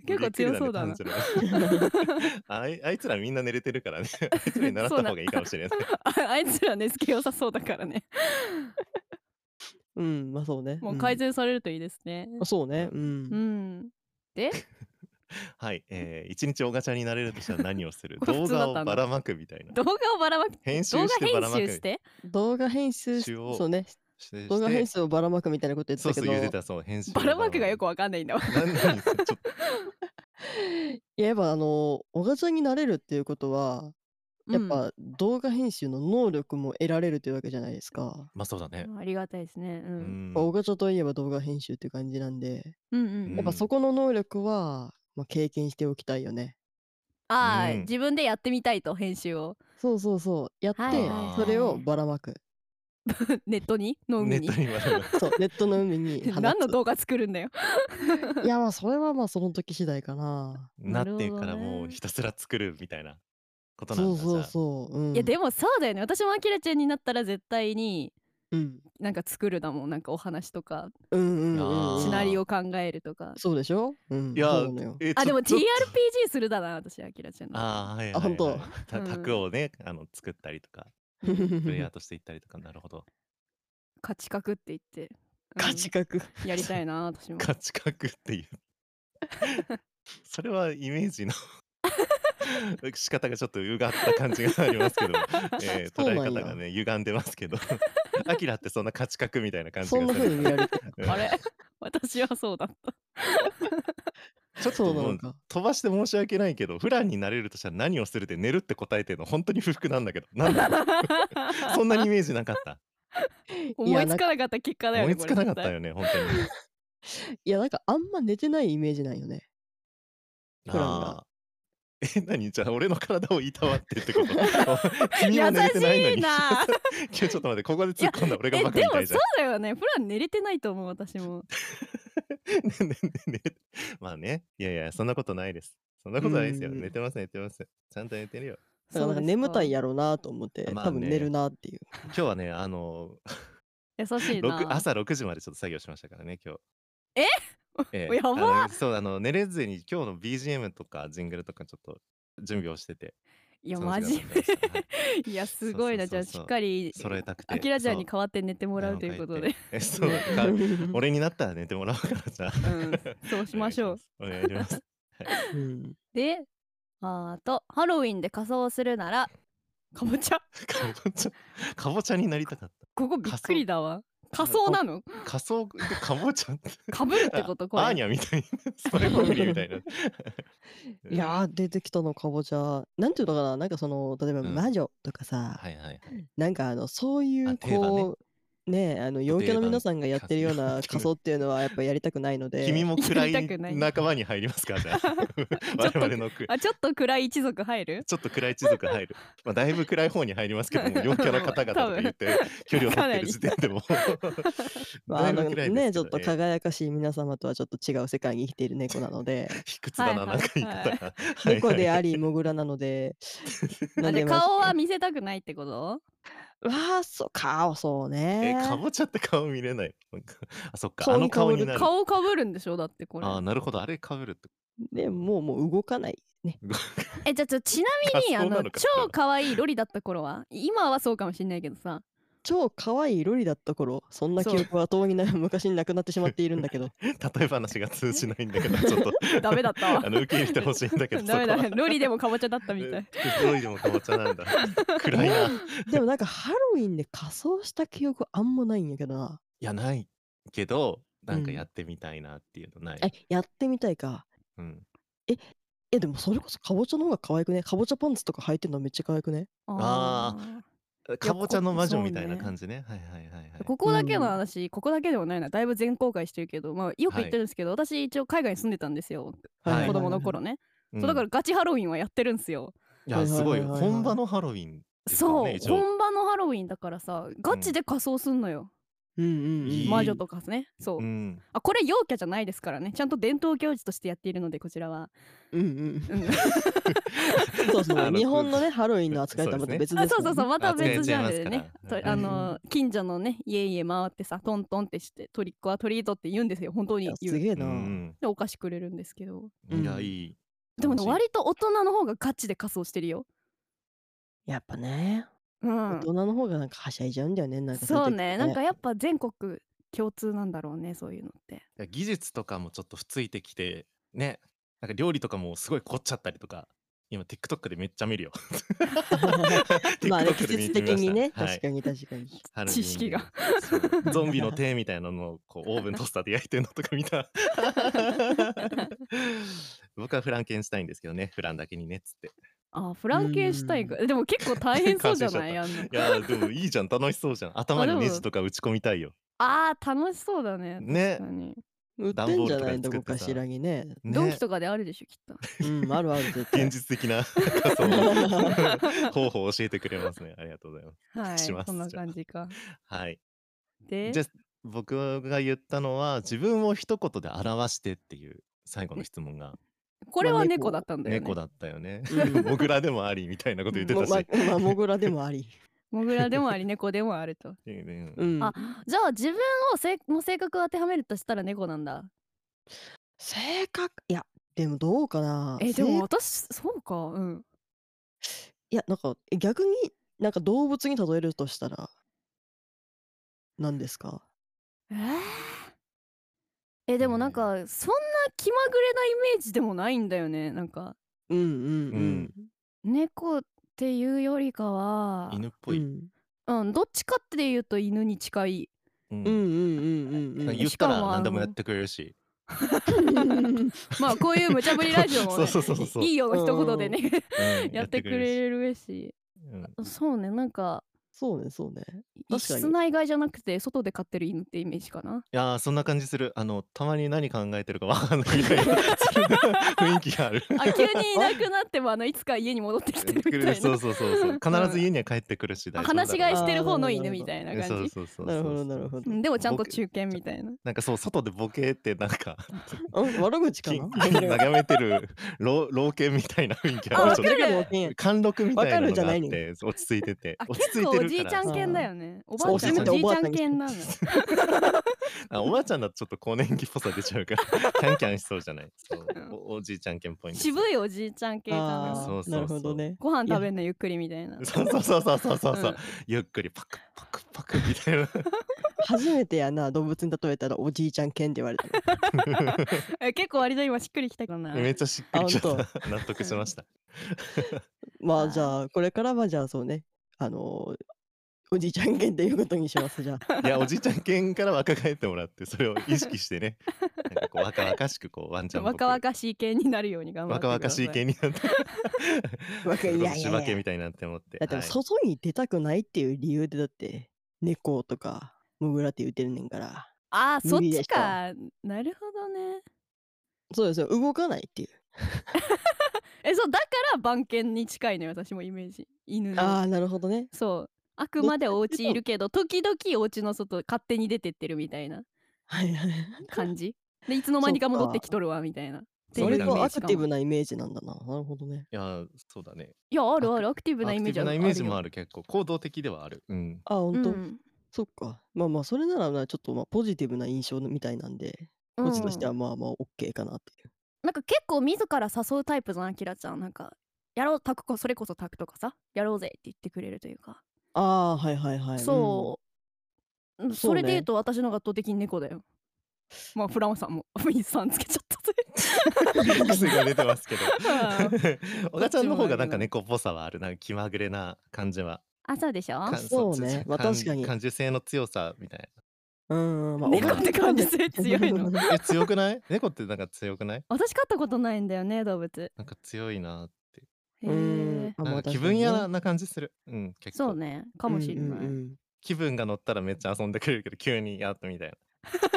結構強そうだ
び
な
っくりね炭治郎 [LAUGHS] あいあいつらみんな寝れてるからねあいつらに習った方がいいかもしれない
ああいつら寝つき良さそうだからね
うん、まあそうね。
もうん改善されるといいですね
あそうね。う。
うんんで
はい、えー、一日おガチャになれるとしたら何をする
これ普
動
通だ
画
っ
を
たんだ
ばらまくみたいな
動画をばらまく
編集
動画
してばらまく
編集して
動画編集し、
一応
そうね。
してして
動画編集をばらまくみたいなこと言って
そう
た
そ
けど。
う言ってたそう編集を
ばらまくがよ
く
くわかんないんだわ。
何何ちょっと
いややっぱあの小賀ちゃんになれるっていうことはやっぱ動画編集の能力も得られるというわけじゃないですか。
まあそうだね
う。んありがたいですね。う。
うんん
まあ小賀ちゃんといえば動画編集っていう感じなんで、
うんうんん。
やっぱそこの能力は、まあ、経験しておきたいよね。
ああ、
うん
自分でやってみたいと編集を [LAUGHS]
そうそうそうやって、
はい
はいはい
それをばらまく
ネットにの
[LAUGHS] ネ
海に
ット。に笑う
そうネットの海に放
[LAUGHS] 何の動画作るんだよ。
ついやまあそれはまあその時次第かな。
なってから
[LAUGHS] なるほどね
もうひたすら作るみたいなことなん
そう
だ
そう
う
そう。うん、
いやでもそうだよね。私もアキラちゃんになったら絶対に
うん、
なんか作るだもん。なんかお話とか
うんうんうんうん
あー
シナリオ考えるとか。
そうでしょ、うん、
いや
そうなのよ
え
あ
ち
で
ょ
も
ちょ
TRPG するだな私アキラちゃんの。
あーはいはい、はい、
あ本当
た
うん
卓をねあの作ったりとかプレイヤーとしていったりとかなるほど
価値格って言って。うん
価値格
やりたいな私も。
価値観っていうそれはイメー
[LAUGHS]
ジの仕方がちょっと歪った感じがありますけど、えー
[LAUGHS] そう
捉え
なんや
方が
[LAUGHS]
ね歪んでますけどアキラってそんな価値観みたいな感じ
そん
が
な
す
風に
る
[LAUGHS] 見られてる
うん
あれ [LAUGHS] 私はそうだった。
ちょっ
そ
と
うな
も
の
う
か。
飛ばして申し訳ないけど普段になれるとしたら何をするって寝るって答えてるの本当に不服なんだけどなんだそんなにイメージなか
[LAUGHS]
った
思い
な
つ
んか
かなかった結果だよ
思
ね。
いつかなかった
これ絶
よね本当に
[LAUGHS] いやなんかあんま寝てないイメージなんよね。普段が
ああえ何じゃあ俺の体をいたわってって
[LAUGHS]
こと君は
対
寝れてないの
優しい
に
な。
[LAUGHS] 今日ちょっと待ってここで突っ込んだ俺が
え
バカ
で
み
も
たいじ
そ
ゃん
うだよね。普段寝れてないと思う私も。
ねねねね [LAUGHS] まあねいやいやそんなことないですそんなことないですよ
うん
寝てます寝てますちゃんと寝て
[LAUGHS]
るよ
だからなんか眠たいやろうなと思って、
まあ
多分
ね
寝るなっていう。
今日はねあの
優しいな
六。朝6時までちょっと作業しましたからね今日。
え
[LAUGHS] え
[LAUGHS] やば
あのそうあの寝れずに今日の BGM とかジングルとかちょっと準備をしてて
いや
その
マ
時
ジ
間だったんですは
[LAUGHS]
い
で。いやすごいな
そ
じ
う
ゃ
そうそう
あしっかり。
揃えたくて
アキラちゃんに
そう
代わって寝てもらうということで。
[LAUGHS]
[LAUGHS]
えそう
ね
[LAUGHS]
か俺になったら寝てもらうからじゃあ
うん、そう [LAUGHS] しましょう。
お願いします [LAUGHS]
うん
で、あと、ハロウィンで仮装するなら、かぼちゃ。
お願いしますかぼちゃかぼちゃになりたかっ
ここびっくりだわ。仮装なの
た仮装でかぼちゃって
かぶるってことこ
アー
れ。
ニャみたいなそれも無理みたいな
いやー出てきたのかぼちゃなんていうのかななんかその例えば
うん
魔女とかさ、
はいはいはい
なんかあのそうい
あ
う
定番ね
こうねあの陽キャの皆さんがやってるような仮装っていうのはやっぱやりたくないの
[LAUGHS]
で
君も暗
やりたくない
い仲間に入りますかじゃあ
ょっと
我々のく
あ、ちょっと暗い一族入る
ちょっと暗い一族入る。まあ、だいぶ暗い方に入りますけども、陽キャの方々とか言って、距離を取ってる時点でも。
[LAUGHS] まあ、
だ
あの
いぶ暗いですけど
ねちょっと輝かしい皆様とはちょっと違う世界に生きている猫なので
卑屈だな、
は
な
いはい
んか言い方が。 [LAUGHS] はい
猫であ
はい
りモグラな
[LAUGHS]
のでな
あ
ん
じ
で
ゃあ
まあ
顔は見せたくないってこと
わあそう顔そう
え、
ね
かぼちゃって顔見れない。なんかあ、そっか、
顔
あ
に
の顔になる。
顔かぶるんでしょだってこれ
ああ、なるほど、あれかぶるって。
でもうもう動かないね
えじゃあちょちなみに
あ
あ
そうな
の
のか
超可愛いロリだった頃は今はそうかもしんないけどさ
超可愛いロリだった頃そんな記
そう。
憶は遠にな昔になくなってしまっているんだけど
[LAUGHS] 例え話が通じないんだけど、ちょっと
ダメだったわ
[LAUGHS] あの、受け入れてほしいんだけど、
ダメだ
そこは
ロリでもかぼちゃだったみ
[LAUGHS]
たい。
えロイでもかぼちゃなんだ。 [LAUGHS] 暗いな。い
でもなんかハロウィンで仮装した記憶あんまないんやけどな
や、ないけど、なんかやってみたいなっていうのない。
えやってみたいか
うん。
えでもそれこそかぼちゃの方が可愛くねかぼちゃパンツとか履いてるのめっちゃ可愛くね
あ
ー
かぼちゃの魔女みたい
そう
な
ね
感じね。はいはいはいはい。
ここだけの
うん
話、ここだけでもないなだいぶ全公開してるけど、まあ、よく言ってるんですけど、私一応海外に住んでたんですよ、
はい
子供の頃ね、そうだからガチハロウィンはやってるんですよ、
い
は
や
いはい
すごい
はいはい
本場のハロウィンですから
そう
ね一応
本場のハロウィンだからさガチで仮装すんのよ、
うんうん
いい
魔女とかねそう、
うん
あこれ陽キャじゃないですからねちゃんと伝統行事としてやっているのでこちらは、
うんうん
うん
そ
[LAUGHS]
うそ
あ
う
の
日本のねハロウィンの扱いとはまた別です
あそう
も
そ
ん
うそ
ね
うまた別ジャンルで
扱い違いま
ね
すか
と
ら
あ
うん
の近所のね家々回ってさトントンってしてトリックはトリートって言うんですよ本当
い
に
や
言
す
う
げえ
う
な、
ん
でお菓子くれるんですけど
うんいうや
ん
いい
でもね
楽し
割と大人の方がガチで仮装してるよ
やっぱね、
うん
大人の方がなんかはしゃいじゃうんだよねなんか
そう
い時
ねなんかやっぱ全国共通なんだろうねそういうのって
いいいや技術とかもちょっとついてきてねなんか料理とかもすごい凝っちゃったりとか今 TikTok でめっちゃ見るよ
[LAUGHS] まあね
[LAUGHS] TikTok
季
で見
節
てみま
的
した
にね、
はい
確かに確かに
ハロウィンで
知識が [LAUGHS]
そうゾンビの手みたいなのをこうオーブントースターで焼いてるのとか見
[LAUGHS]
た僕はフランケンシュタインですけどねフランだけにねっつ
[LAUGHS]
って
あフランケンシュタインかでも結構大変そうじゃないあんの
いやーでもいいじゃん楽しそうじゃん頭
で
に
も
ネジとか打ち込みた
[LAUGHS]
いよ
あー楽しそうだね
ね
確かに
売っ
段
て
ボー
んじ
ル
ゃ
とか
な
で
いど
作っ
こ
てさ
かしらにね
ドン
ね
キとかであるでしょきっと
うんあるある絶対
現実的
[LAUGHS]
な仮想方法を教えてくれますねありがとうございます
はい
します
そんな感じか
はい
で
じゃあ僕が言ったのは自分を一言で表してっていう最後の質問が
これは
まあ
猫
猫
だったんだよね
猫だったよね [LAUGHS]
うん
モグラでもありみたいなこと言ってた
も
し
ままあモグラでもあり、
モグラでもあり猫でもあると
うん
うん、
あじゃあ自分をせの性格を当てはめるとしたら猫なんだ
性格いやでもどうかな
えで
性
も私そうかうん
いやなんかえ逆になんか動物に例えるとしたら何ですか
えーえでもなんかそんな気まぐれなイメージでもないんだよねなんか
うんうん
うん
猫っていうよりかは
犬っぽい、
うん
うんどっちかっていうと犬に近い
うん
うんうんうんうん
言っ
しか
たら
もあの
何でもやってくれるし
うん。
まあこういう無茶ぶりラジオも、ね、
[LAUGHS] そうそうそうそう
いいよの一言でね、 [LAUGHS]
うん
やってく
るし
れるし
うん
そうねなんか
そうねそうね。確かに
室内外じゃなくて外で飼ってる犬ってイメージかない
やーそんな感じするあのたまに何考えてるかわかんないみ
[LAUGHS]
たいなそんな雰囲気がある [LAUGHS]
あ急にいなくなってもあのいつか家に戻ってきてるみたい
そ
な
うそうそう
[LAUGHS]
そう必ず家には帰ってくるし大
あ
丈夫だ
話し飼い
が
してる方の犬
あー
みたいな
そ
感
う
じ
そうそうそう
なるほどなるほど
う。んでもちゃんと中堅みたいな
なんかそう外でボケってなん
[LAUGHS]
か
うん悪口か
金
な。
金眺めてる老老犬みたいな雰囲気
あ
あ
わ
る
か
ち
る
ょっ
わか
と貫禄みたいなのがあっ
わかるじ
て落ち着いてて
あ
落ち着いてる
結構
から
おじいちゃん犬だよねおば
そう
あちゃん
おじいちゃん
おじいちゃん犬なの
あおばあちゃんだとちょっと更年期っぽさ出ちゃうからキャンキャンしそうじゃないそう
うん
おおじいちゃん犬っぽいんですよ [LAUGHS]
渋いおじいちゃん系だ
あーそ
な
う
なるほどね。
ご飯食べんのゆっくりみたいな
そうそうそうそうそうそう、
うん
ゆっくりパクパクパクみたいな
初めてやな動物に例えたらおじいちゃん犬って言われた。
え結構割と今しっくりきたかな
めっちゃしっくりきちゃ
あ
っ
本
た [LAUGHS] 納得しました
ま
あー
あじゃあこれからはじゃあそうねあのーおじいちゃん犬っていうことにしますじゃ
[LAUGHS]
あ。
いやおじいちゃん犬から若返ってもらってそれを意識してねなんかこう若々しくこうワンちゃんっぽく
若々しい系になるように頑張って
若々しい系
系
になって [LAUGHS]
若いいやいやいや
柴犬みたいになって思って
だってもう
はい
外に出たくないっていう理由でだって猫とかモグラって言ってるねんから。
あーそっ
無理
ち
でしょ
かなるほどね
そうですよ動かないっていう。
えそうだから番犬に近いのよ私もイメージ犬
あ
の
あなるほどね。
そうあくまでお家いるけど時々お家の外勝手に出てってるみたいな
はいはい。
感じ [LAUGHS] でいつの間にか
そっか
戻ってきとるわみたいなっていう
それ
割
が
イメ
と
ー
ア
ジ
ク
か
ティ
も
ブなイメージなんだな。なるほどね。
いやそうだね
いやあるあるアクティブなイメージ
ア
あ
クティ
る
ブなイメージも
あ
ある結構行動的ではあるうん
あ本
る
当、
よ
そっか。まあまあそれならなちょっとまあポジティブな印象みたいなんで、
うん
こっちとして
う
は
ん
まあまあオッケーかなっていう。
なんか結構自ら誘うタイプだなキラちゃんなんかやろうタクこそれこそタクとかさやろうぜって言ってくれるというか
ああはいはいはい。
そう、うん
そう
それで言う
ね
と私の方が圧倒的に猫だよまあフランさんも [LAUGHS] ミスさんつけちゃったという
[LAUGHS] 癖が出てますけど小
どっ
田
ちも
ちゃんの方がなん
だけど
か猫っぽさはあるなんか気まぐれな感じは
あそうでしょ
か
そうねまあ
感
確かに
感受性の強さみたい
うん。うんうんまあ
猫って感じ性
[LAUGHS]
強いの
なえ強くない [LAUGHS] 猫ってなんか強くない
私飼ったことないんだよね動物へ
なんか強いなって
うーん
え
あ
な
ま
ん
あ
か
確
気
か
分
にね
屋な感じするうん結構
そうねかもしれない、
うんうんうん
気分が乗ったらめっちゃ遊んでくれるけど急にやっとみ
[LAUGHS]
たい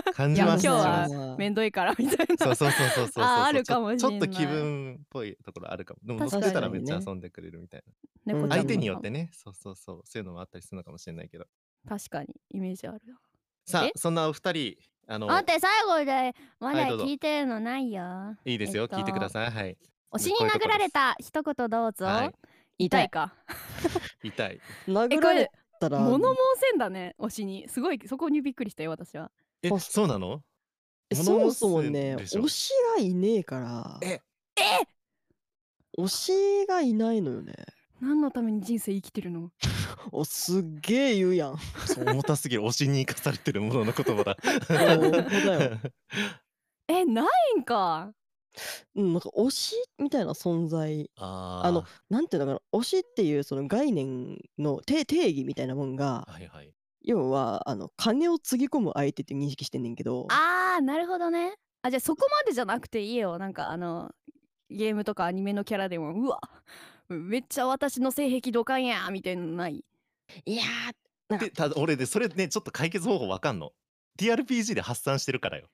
な感
い
じ
や
ます
今日は
し
[LAUGHS] めんどいからみたい
そ
な
うそうそうそうそうそう
あーある
ちょ
かもしんない
ちょっと気分っぽいところあるかもでも乗っ
確か
て
に
たらめっちゃ遊んでくれるみたいな、
猫ちゃん
相手
も
によってねそうそうそうそういうのもあったりするのかもしれないけど
確かにイメージあるな
さあ
え
そんなお二人あの
あんて最後でま
は
だ
いどうぞ
聞いてるのないよ
いいですよ、
えっと
聞いてくださいはい
推しに殴られた一言どうぞ、
はい
痛いか
痛い
殴られたら
物申せんだね推しにすごいそこにびっくりしたよ私は
え
あ
そうなの
え
物
そもそも
申す
ね
でしょ
推しがいねえから
え
推しがいないのよね
何のために人生生きてるの
おすっげえ言うやん [LAUGHS]
そう重たすぎる推しに生かされてるものの言葉だ
本当だ
[LAUGHS]
よ、
えないんか
うん、なんか推しみたいな存在
あー
あのなんていうのかな推しっていうその概念の定定義みたいなもんが
はいはい
要はあの金をつぎ込む相手って認識してんねんけど
あーなるほどねあじゃあそこまでじゃなくていいよなんかあのゲームとかアニメのキャラでもうわめっちゃ私の性癖土管やみたいなのない
いや
でただ俺でそれねちょっと解決方法わかんの TRPG で発散してるからよ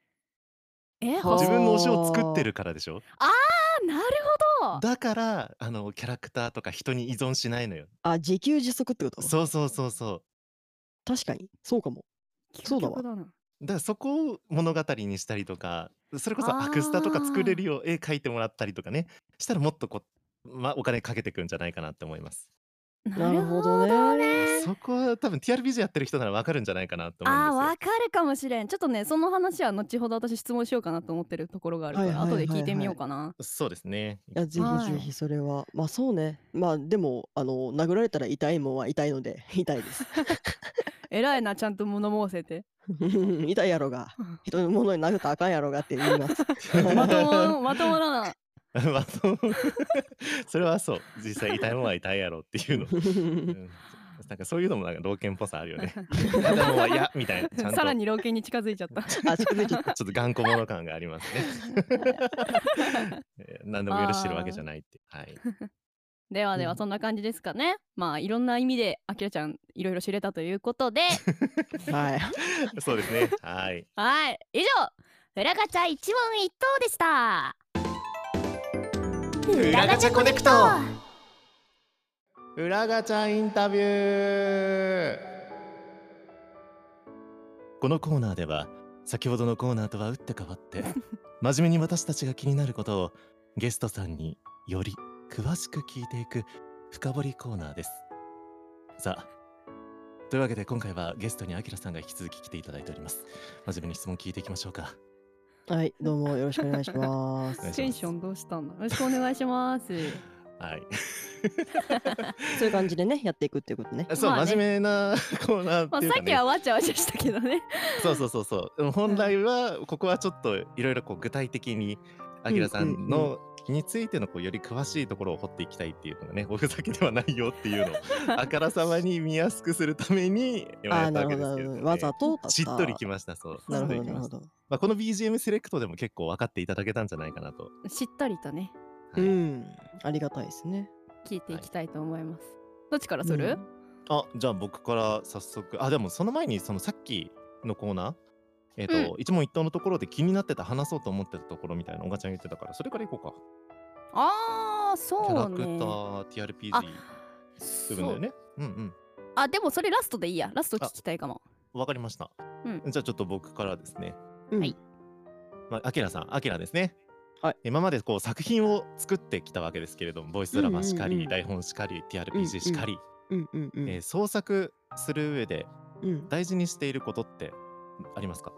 え
はあ
自
あ
分の推しを作ってるからでしょ
なるほど
だからあのキャラクターとか人に依存しないのよ
ーあ自給自足ってこと
そうそうそうそう
確かにそうかもそうだわ
究極な
だからそこを物語にしたりとかそれこそアクスタとか作れるよう絵描いてもらったりとかねしたらもっとこう、ま、お金かけてくんじゃないかなって思います
な
な
る
る
ほ
ほ
ど
ど
ね
ね
そこは多分 TRPG やってる人ならわかるんじゃないかなって思
あー
うん
わ
で
かるかもしれんちょっとねその話は後ほど私質問しようかなと思ってるところがあるから、
はいはいはいはい
後で聞いてみようかな
すよそうですね
いやぜひ
は
ぜ
い
ひそれは、まあそうねまあでもあの殴られたら痛いもんは痛いので [LAUGHS] 痛いです
偉いなちゃんと物申せて
痛いやろが人のものに殴ったらあかんやろがって言い
[LAUGHS]
ます
[LAUGHS]
[LAUGHS]
まとものまともだな
ま [LAUGHS] あそうそれはそう実際痛いもんは痛いやろっていうの、うんなんかそういうのもなんか老犬っぽさあるよ
[LAUGHS]
ね [LAUGHS] いやでもいやみたいなちゃんと
さらに老犬に近づいちゃ
[LAUGHS]
った。
あ、近づいちゃっ
[LAUGHS]
た。
ちょっと頑固者感がありますね [LAUGHS] えー何でも許してるわけじゃないってはい
ではで
う
は
ん
そんな感じですかね、まあいろんな意味であきらちゃんいろいろ知れたということで
はい。
そうですねはい
はい以上「フラガチャ一問一答」でした
裏ガチャコネクト
裏ガチャインタビューこのコーナーでは先ほどのコーナーとは打って変わって真面目に私たちが気になることをゲストさんにより詳しく聞いていく深掘りコーナーですさあというわけで今回はゲストにあきらさんが引き続き来ていただいております真面目に質問聞いていきましょうか
はい、どうもよろしくお願いし
[LAUGHS] 願い
ます。
します
テンションどうしたんだよろしくお願いします
はい
そういう感じでね、やっていくっていうことね。
[LAUGHS] そう、
まあね
真面目な [LAUGHS] コーナ
ま
ーっ
あ
ていう
さ
か、ね
っきはわちゃわちゃしたけどね
そうそうそうそう。でも本来はここはちょっといろいろこう具体的にあきらさん
うんうん
のについてのこうより詳しいところを掘っていきたいっていうのがね、 [LAUGHS] おふざけではないよって
[LAUGHS]
いうのをあからさまに見やすくするために今
あ
や
ー、
った
な
わけ
るほ
です
ど
けれど、
なるほ
ね。
ど。わざとだた
しっとりきましたそう。
なるほ
しっと
ど、
り
な
き
る
ま
ほ
した
ど。
まあこの BGM セレクトでも結構分かっていただけたんじゃないかなと。
しっとりとね
は
う
い
ん、ありがたいですね。
聞いていきたいと思います、どっちからする、
あじゃあ僕から早速あでもその前にそのさっきのコーナーえっ、と、一問一答のところで気になってた話そうと思ってたところみたいなおがちゃん言ってたからそれからいこうか
ああそ
キャラ
う
ク
ね
ター TRPG
あ
部分だよねうんうん
そうあでもそれラストでいいやラスト聞きたいかも
わかりました、
う
じゃあちょっと僕からですね
うん
はい。
まああきらさんあきらですね
はい
今までこう作品を作ってきたわけですけれどもボイスドラマしかり、
うんうんうん
台本しかり TRPG
ん
しかり、
うんうんうん。
えー創作する上で
うん、
大事にしていることってありますか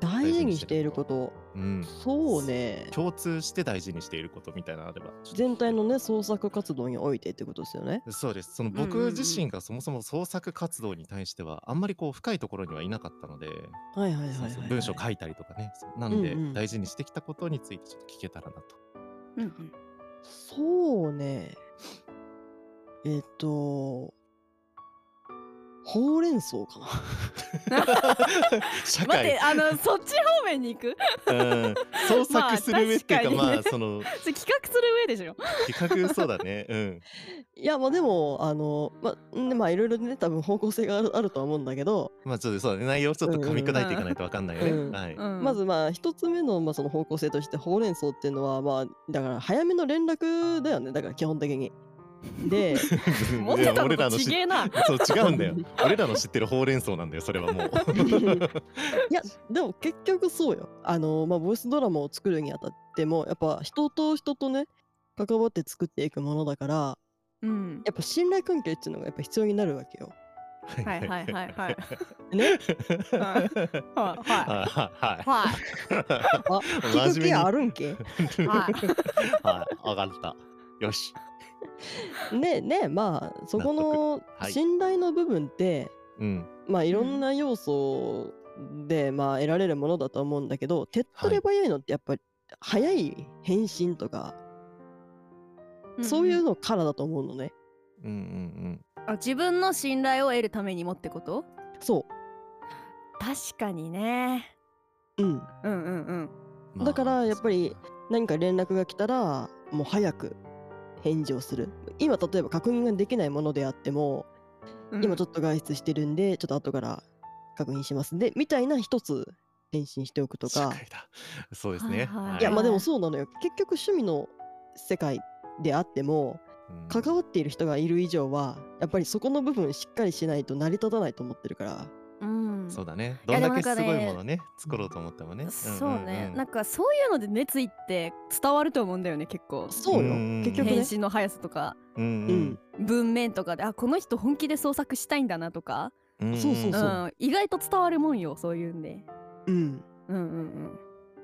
大事にしていること、
うん
そうね。
共通して大事にしていることみたいなのあれば
全体のね、創作活動においてってことですよね。
そうですその
んうん
僕自身がそもそも創作活動に対してはあんまりこう深いところにはいなかったので
はいはいはい
そう
はい、
そ
は
う
い。
文章書いたりとかねそうなんで
うんうん
大事にしてきたことについてちょっと聞けたらなと
うんうん
そうね。えっ、と、ほうれん草かな。 [LAUGHS]
社
待っ
会
てあのそっち方面に行く
うん創作する上っていうか
まあ
まあ
確
その
それ企画する上でしょ
企画そうだねうん
いやまあでもあのまあんまあいろいろね多分方向性があるあるとは思うんだけど、
まあちょっとそうだね内容をちょっと噛み砕いていかないとわかんないよね
うん
はい
うん
まずまあ一つ目のまあその方向性としてほうれん草っていうのはまあだから早めの連絡だよねだから基本的に。
[LAUGHS]
で
持ってたの
俺ら
と
の知
ち
っ
げえな
そう違うんだよ俺らの知ってるほうれん草なんだよそれはもう
いやでも結局そうよあのまあボイスドラマを作るにあたってもやっぱ人と人とね関わって作っていくものだから
うん
やっぱ信頼関係っていうのがやっぱ必要になる
[LAUGHS]
わけよ。
は
はいはいはいはい
ね
はいは
あはい
いはい
あ聞く気あるんけ
いはい、上がった。よし。
ねねまあそこの
はい
信頼の部分って、
うん。
まあいろんな要素で、まあ得られるものだと思うんだけど手っ取り早いのってやっぱり早い返信とか、そういうのからだと思うのね。
うんうん
あ自分の信頼を得るためにもってこと
そ
確かにね
う、うん、
うんうんうん
うん。
だからやっぱり何か連絡が来たらもう早く返事をする今例えば確認ができないものであっても、
うん
今ちょっと外出してるんでちょっと後から確認しますでみたいな一つ返信しておくと
社
か
会だ。そうですね。
はいはい
はい
やまあで
は
も
い
そうなのよ結局趣味の世界であっても
うん
関わっている人がいる以上はやっぱりそこの部分しっかりしないと成り立たないと思ってるから
うん
そ
そうう
だね。
い
どん
や
だ
でも
け
なん
す
かね
ごいものね、作ろうと思ってもね。
ね
な
なんんかそういうので熱意って伝わると思うんだよね結構
そうよ
うん
結局
返
ね
信の速さとか
うん
文面とかであこの人本気で創作したいんだなとか、
うんん
そうそう
う
そ
ん、意外と伝わるもんよそういうんで
うんだか
うんうん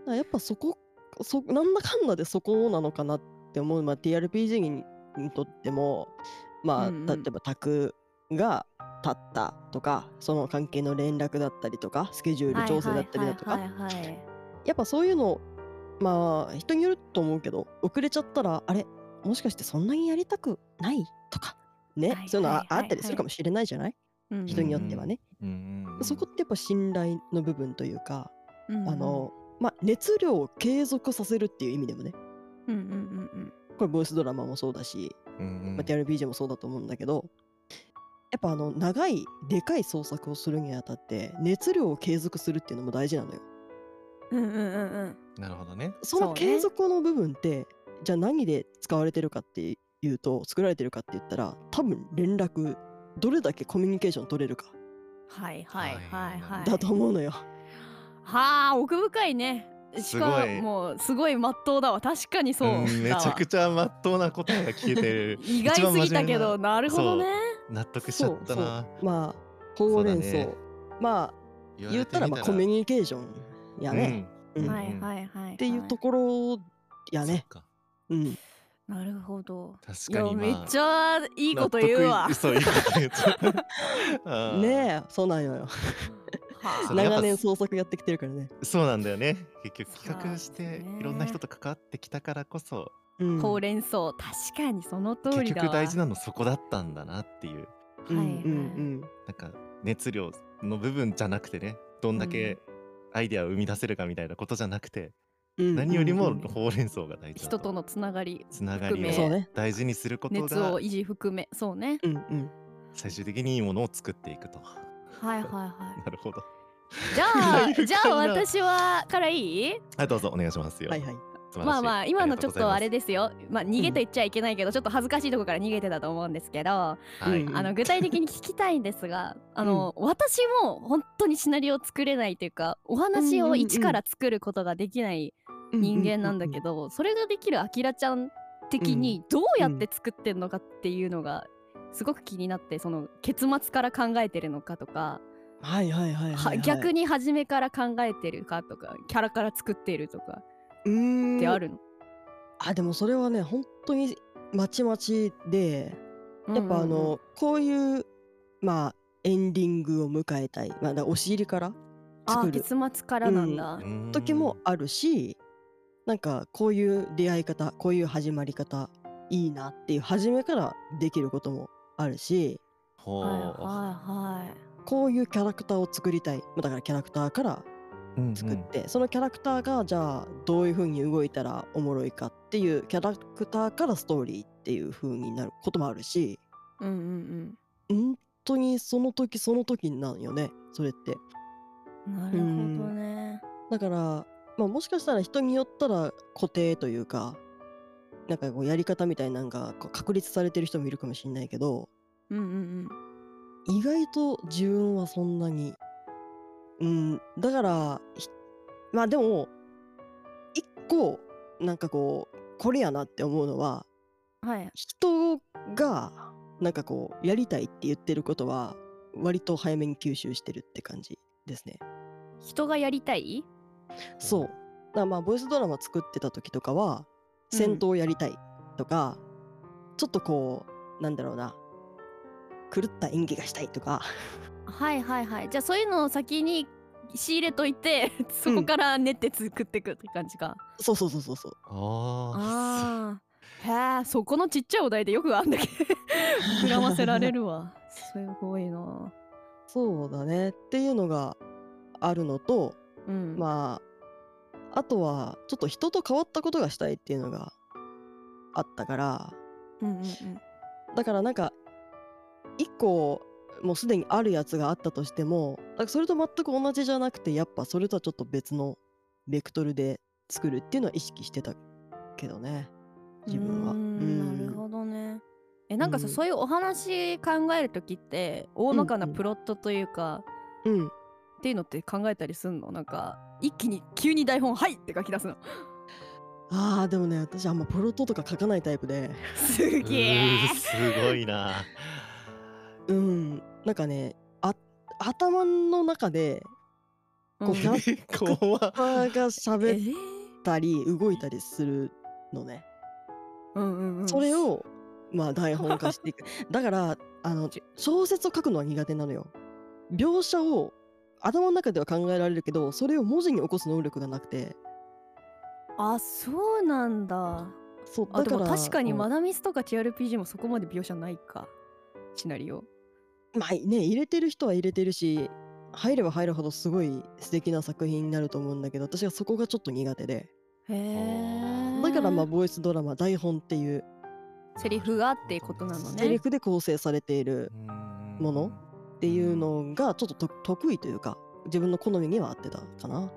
らやっぱそこそなんだかんだでそこなのかなって思う、まあ、TRPG ににとってもまあ、
うんうん
例えば卓が立ったとかその関係の連絡だったりとかスケジ
う
ュ
ん
ール調整だったりだとか
はいはいはいはい
やっぱそういうのまあ人によると思うけど遅れちゃったらあれもしかしてそんなにやりたくないとかね、
はい
そういうの
は
はいあ
はい
ったりするかもしれないじゃない、
うん
人によってはね、
うんうんうん
そこってやっぱ信頼の部分というか、
うん
あのまあ熱量を継続させるっていう意味でもね
うんうんうん
これボイスドラマもそうだし、
うんうん
まあ、TRPG もそうだと思うんだけどやっぱあの長いでかい創作をするにあたって熱量を継続するっていうのも大事なのよ
うんうんうんうんうん
なるほどね。
そ
そ
の
うね
継続の部分って、じゃあ何で使われてるかっていうと作られてるかって言ったら多分連絡どれだけコミュニケーション取れるか
はいはいはいはい
だと思うのよ、
はあ奥深いねしか
すごい
もすごい真っ当だわ確かにそうだわ、。
んめちゃくちゃ真っ当な答えが聞けてる
意外すぎたけど
一番真面目な
なるほどね
納得しちゃったな。
まあほうれん草、
そうだね
まあ言ったらまあコミュニケーションやね、
うん
うん
ま
っ
あ
はいはいはいって
いうところや
そっ
ね、
か
うん
なるほど
確
い
か
や
に、まあ、
めっちゃい
い
いこと言うわ
そういいこと言っちゃった。え。
[LAUGHS]
ねえそうなんよよ
は
そ
[LAUGHS]
あ
うれやっぱ
長年創作やってきてるからね、
そうなんだよね。結局
そう
企画して
ですね
いろんな人と関わってきたからこそ、
うん、
ほうれん草確かにその通
結
りだわ
局大事なのそこだったんだなっていう
うん
は
う
い
ん
はい
うん
なんか熱量の部分じゃなくてねどんだ
う
けアイデアを生み出せるかみたいなことじゃなくて、
うん
何より
う
も
ん
ほうれん草が大事だ
人とのつながり
つながり
含め
そう
を
ね
大事にすること
熱
が
を維持含めそうね
うんうん
最終的にいいものを作っていくと。
はいはいは
なるほど。 [LAUGHS]
いじゃあ
いや
じゃあ
いや
私はからいい
はいどうぞお願いしますよ。
はいはい
素晴らしい
まあまあ今のちょっとあれ
り
ですよまあ逃げと言っちゃいけないけど、ちょっと恥ずかしいとこから逃げてたと思うんですけど、
がとうございますはい
うん
あの具体的に聞きたいんですがあの、私も本当にシナリオ作れないというかお話を一から作ることができない人間なんだけど、それができるアキラちゃん的にどうやって作ってんのかっていうのがすごく気になってその結末から考えてるのかとか、
はいはいはいはい、
は逆
に
に初めから考えてるかとかキャラから作っているとか
うーん
ってあるの、
あでもそれはね本当にまちまちでやっぱあの、こういうまあエンディングを迎えたい、まあ、だから押し入りから
あ
作る
結末からなんだ、
うーん
時もあるし、なんかこういう出会い方こういう始まり方いいなっていう初めからできることもあるし
ほう
はいはいはい
こういうキャラクターを作りたいまあだからキャラクターから
うんうん
作って、そのキャラクターがじゃあどういう風に動いたらおもろいかっていうキャラクターからストーリーっていう風になることもあるし
うんうん
本当にその時その時なんよねそれって。
うんなるほどね
だから、まあ、もしかしたら人によったら固定というかなんかこうやり方みたいなのがこう確立されてる人もいるかもしれないけど
うんうん
意外と自分はそんなにうんだからひまあでも一個なんかこうこれやなって思うのは
うんはい
人がなんかこうやりたいって言ってることは割と早めに吸収してるって感じですね。
人がやりたい
そう。だからまあボイスドラマ作ってた時とかは
うん
戦闘やりたいとか、ちょっとこうなんだろうな狂った演技がしたい
[LAUGHS]
とか
はいはいはいじゃあそういうのを先に仕入れといてそこから練って作っていくって感じか、
そうそうそうそうそう
あ
ああへえそこのちっちゃいお題でよくあんだけ [LAUGHS] 膨らませられるわすごいな
[LAUGHS] そうだねっていうのがあるのと、
うん
まああとはちょっと人と変わったことがしたいっていうのがあったから
うんうんうん
だからなんか一個もうすでにあるやつがあったとしてもだからそれと全く同じじゃなくてやっぱそれとはちょっと別のベクトルで作るっていうのは意識してたけどね自分は。
うー
うん
んなるほどねえなんかさ、
うん
そういうお話考える時って大まかな
うんうん
プロットというか、
うん、
っていうのって考えたりすんのなんか一気に急に台本「はい!」って書き出すの
あーでもね私あんまプロットとか書かないタイプです
ー
げえ
うーすごいな。
うんなんかねあ頭の中で [LAUGHS] こうキャラク
怖っ
ターが
え
喋っ
ー
たり動いたりするのね。
うんうんうん、
それをまあ台本化し
[LAUGHS]
ていくだからあの小説を書くのは苦手なのよ描写を頭の中では考えられるけどそれを文字に起こす能力がなくて
あそうなんだ
そう
あ
だ
で
か
も
ら
確かに
うん
マダミスとか TRPG もそこまで描写ないかシナリオ。
まあね入れてる人は入れてるし入れば入るほどすごい素敵な作品になると思うんだけど私はそこがちょっと苦手で
へえ。
だからまあボイスドラマ台本っていう
セリフがってことなの
セリ
ね。
フで構成されているものっていうのがちょっとと得意というか自分の好みには合ってたかな。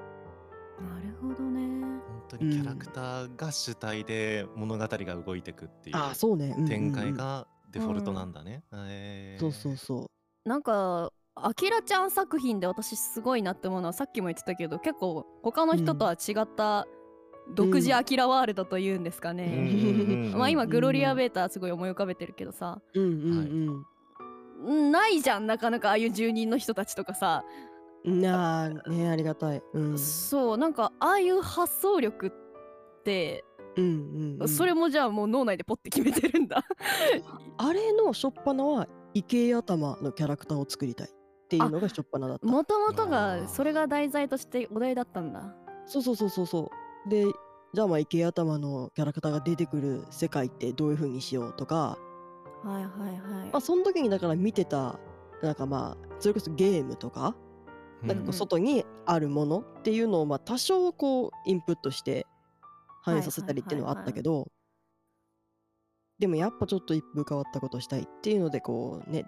なるほどね。
本当にキャラクターが主体で物語が動いてくっていう
あそうね、うんうんうん
展開がデフォルトなんだね。えー
そうそうそう
なんか。アキラちゃん作品で私すごいなって思うのはさっきも言ってたけど結構他の人とは違った独自アキラワールドというんですか
うんう
ね、
んうん
[LAUGHS] まあ今
ん
グロリアベーターすごい思い浮かべてるけどさ
うんうん
んないじゃんなかなかああいう住人の人たちとかさ、
うん。なあねありがたい。うん
そうなんかああいう発想力って、
うんうんうん。
それもじゃあもう脳内でポッて決めてるんだ
あれの初っ端は池井頭のキャラクターを作りたいっていうのが初っ端だっ
[LAUGHS]
た。
もともと
あー
がそれが題材としてお題だったんだ
そうそうそうそうそう。でじゃあまあ池井頭のキャラクターが出てくる世界ってどういう風にしようとか、
はいはいはい
まあ、その時にだから見てたなんかまあそれこそゲームとかなんか
う
こうん外にあるものっていうのをまあ多少こうインプットして反映させたりっていうのはあったけどでもやっぱちょっと一風変わったことしたいっていうのでこうね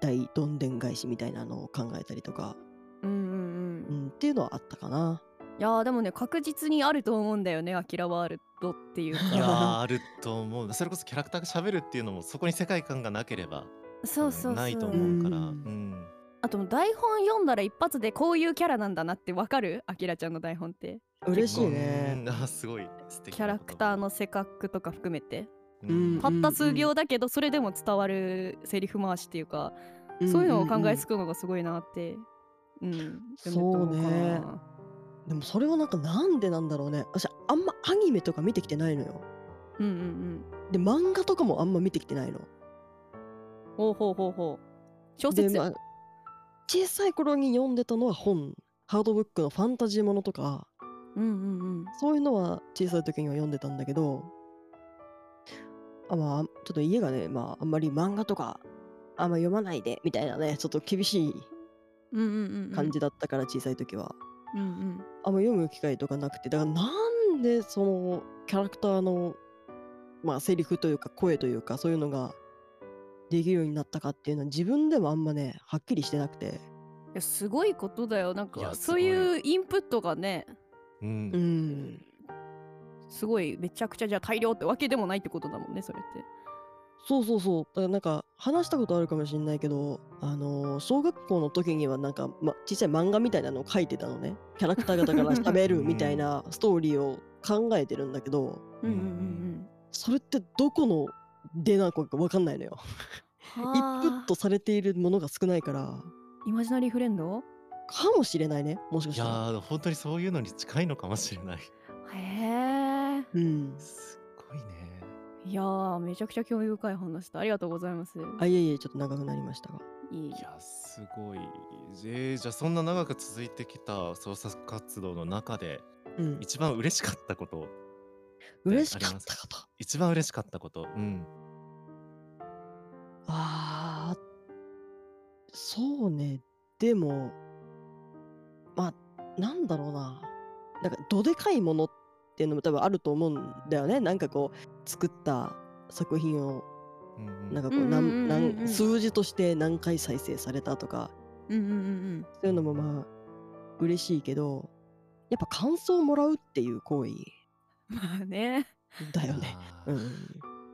大どんでん返しみたいなのを考えたりとか、
うんうん
う
うん
ん、っていうのはあったかな。
いやーでもね確実にあると思うんだよねアキラワールドっていう
いや
か
ーあると思うそれこそキャラクターが喋るっていうのもそこに世界観がなければ
そうそうそう
ないと思うから、う
うん
ん
あともう台本読んだら一発でこういうキャラなんだなってわかるアキラちゃんの台本って
嬉しい
結
ね。
構うんあーすごい素敵
キャラクター
の、
の性格とか含めて
うん
た
パ
っ
ッ
た数秒だけどそれでも伝わるセリフ回しっていうか、
ん
そういうのを考
ん
え
ん
つくのがすごいなって、うん
そうね
読めたのかな
でもそれはなんかなんでなんだろうね。私あんまアニメとか見てきてないのよ。
うんうんうん
で漫画とかもあんま見てきてないの。
ほうほうほうほう小
で
説、
まあ小さい頃に読んでたのは本ハードブックのファンタジーものとか
うんうんうん
そういうのは小さい時には読んでたんだけどあまあちょっと家がね、まあ、あんまり漫画とかあんま読まないでみたいなねちょっと厳しい
うんうんうんうん
感じだったから小さい時は、
うんうん
あんま読む機会とかなくてだからなんでそのキャラクターのまあセリフというか声というかそういうのができるようになったかっていうのは自分でもあんまねはっきりしてなくて。
いやすごいことだよなん
いや
か
すご
そ
いう
いうインプットがね
うん
うん
すごいめちゃくちゃじゃあ大量ってわけでもないってことだもんねそれって
そうそうそう。だからなんか話したことあるかもしれないけど、あのー小学校の時にはなんか、ま、小さい漫画みたいなのを書いてたのね。キャラクターがだから喋るみ
[LAUGHS]
たいなストーリーを考えてるんだけど、
うんうん
それってどこの出なのかわかんないのよ。
うんうん
インプットされているものが少ないから、
イマジナリーフレンド
かもしれないね。もしかし
いや
たら。
ー本当にそういうのに近いのかもしれない
へえ
うん。
すっごいね
いやーめちゃくちゃ興味深い話だありがとうございます
あ、いえいえ、ちょっと長くなりましたが。
いい
いやすごいえー、じゃあそんな長く続いてきた創作活動の中で
うん。
一番嬉しかったこと
嬉しかったこと。
一番嬉しかったことうん
ああ、そうね。でも、まあ、なんだろうな。なんか、どでかいものっていうのも多分あると思うんだよね。なんかこう、作った作品を、
うんうん
なんかこう、
うんうん
な
うんうん
んなん
うん
数字として何回再生されたとか、
うんうんうん [LAUGHS]
そういうのもまあ、嬉しいけど、やっぱ感想をもらうっていう行為
うんまあね
だよね。
あー
うん。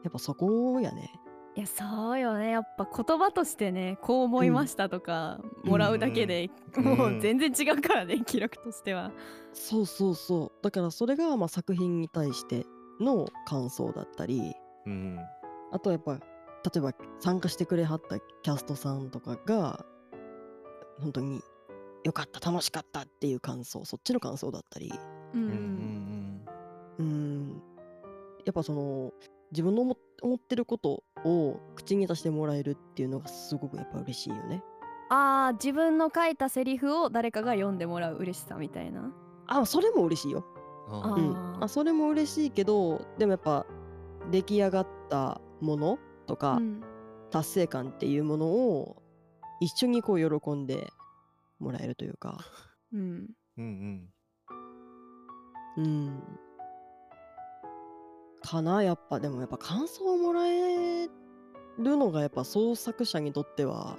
やっぱそこやね。
いやそうよねやっぱ言葉としてねこう思いましたとか、
うん
もらうだけで、
うん
も
う
うん全然違うからね [LAUGHS] 記録としては
そうそうそう。だからそれがまあ作品に対しての感想だったり、
うん
あとはやっぱ例えば参加してくれはったキャストさんとかが本当に良かった楽しかったっていう感想そっちの感想だったり
う
うんうん
ん
うーんやっぱその自分の思思ってることを口に出してもらえるっていうのがすごくやっぱ嬉しいよね。
あー自分の書いたセリフを誰かが読んでもらう嬉しさみたいな
あそれも嬉しいよ。
うん
あ
あ
ー
うん、あそれも嬉しいけどでもやっぱ出来上がったものとか、
うん
達成感っていうものを一緒にこう喜んでもらえるというか、
うん。
うんうん
うん。かな、やっぱ、でもやっぱ感想をもらえるのがやっぱ創作者にとっては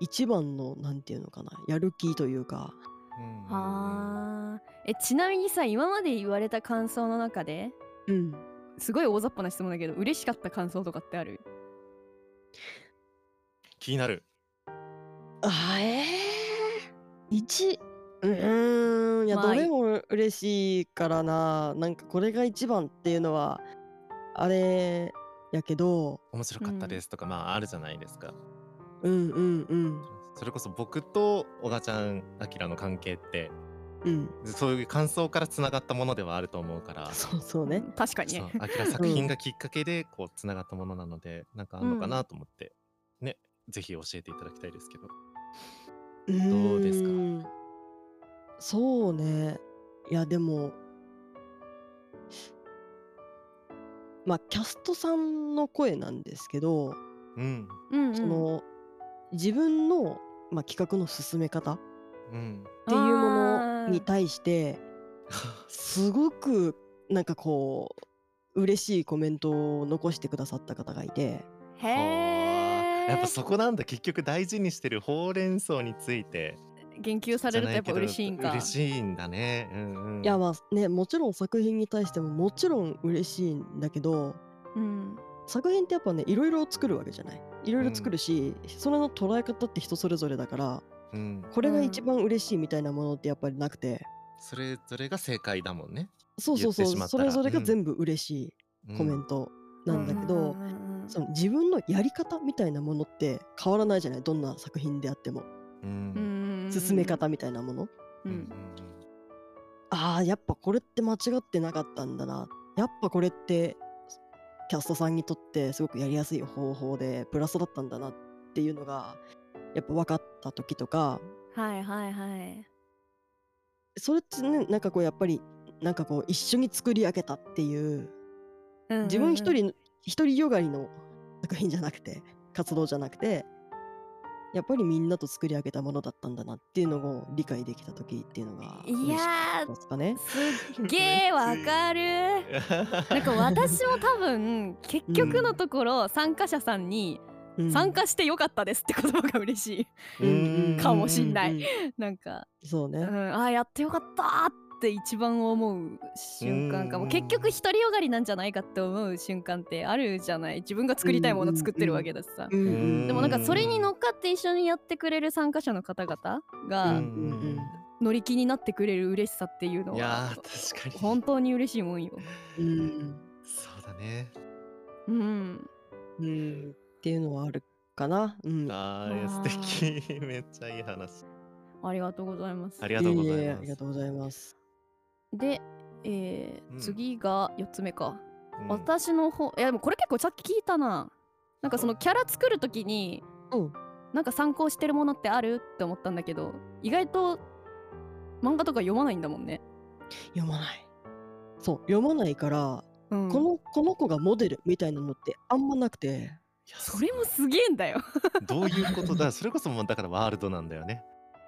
一番の、なんていうのかな、やる気というか、
うんうん
あーえちなみにさ今まで言われた感想の中で
うん。
すごい大雑把な質問だけど嬉しかった感想とかってある
気になる
あえー、一うーんいや
ま
ど
あい
れも嬉しいからななんかこれが一番っていうのはあれやけど
面白かったですとか、まああるじゃないですか
うんうんうん
それこそ僕と小賀ちゃんあきらの関係って
うん
そういう感想からつながったものではあると思うから
そうそうね
うん確かに
そう
ね。
あきら作品がきっかけでこうつながったものなのでなんかあんのかなと思って、ねぜひ教えていただきたいですけどどうですか
ーんそうねいやでもまあキャストさんの声なんですけど、
うん
うんうん
その自分の、まあ、企画の進め方
うん [LAUGHS]
っていうも
あー
のに対してすごくなんかこう嬉しいコメントを残してくださった方がいて
へ
はあ
え
やっぱそこなんだ結局大事にしてるほうれん草について
言及されるとやっぱ嬉しいんか。
嬉しいんだねうんうん
いやまあねもちろん作品に対してももちろん嬉しいんだけど
うん
作品ってやっぱねいろいろ作るわけじゃないいろいろ作るし、それの捉え方って人それぞれだから
うん
これが一番嬉しいみたいなものってやっぱりなくて、
それぞれが正解だもんね
そうそうそ
言ってしま
う
った
そ
ら
れぞれが
うん
全部嬉しいコメン
ト
トなんだけど、
うんうんうん
その自分のやり方みたいなものって変わらないじゃないどんな作品であっても
う
うんんうん
進め方みたいなもの、
う
うんん
うん
あーやっぱこれって間違ってなかったんだなやっぱこれってキャストさんにとってすごくやりやすい方法でプラスだったんだなっていうのがやっぱ分かった時とか
はいはいはい。
それってねなんかこうやっぱりなんかこう一緒に作り上げたっていう
うんうんうん
自分一人の一人よがりの作品じゃなくて活動じゃなくてやっぱりみんなと作り上げたものだったんだなっていうのを理解できた時っていうのが
いやー
嬉しかったですかね。
すっげーわかる。
[LAUGHS]
な
[LAUGHS]
んか私も多分結局のところ参加者さんに
うん
参加してよかったですって言葉が嬉し
うんうんうん
かもしんない
うんうん
い [LAUGHS] なんか、
そうね
う。ん、ああやってよかったって一番思う瞬間かも
うん
結局独りよがりなんじゃないかって思う瞬間ってあるじゃない自分が作りたいもの作ってるわけだしさ
うん
うん
でもなんかそれに乗っかって一緒にやってくれる参加者の方々
う
が
んうん
乗り気になってくれる嬉しさっていう
う
の
んいや
は
ー確かに
本当に嬉しいもんよ
うん
そうだね
うん
うんっていうのはあるかな。うん。
あ
あ
ー
ー
素敵 [LAUGHS] めっちゃいい話
ありがとうございます
ありがとうござ
え
い
えあ
ま
り
す
がとうございます。
で、えー
うん
次が4つ目か、
うん
私の方いやでもこれ結構さっき聞いたななんかそのキャラ作る時に、
うん
なんか参考してるものってあるって思ったんだけど意外と漫画とか読まないんだもんね、
読まない。そう読まないから、
うん、
このこの子がモデルみたいなのってあんまなくて。
いや
それもすげえんだよ
どういうことだそ [LAUGHS] れこそもうだからワールドなんだよね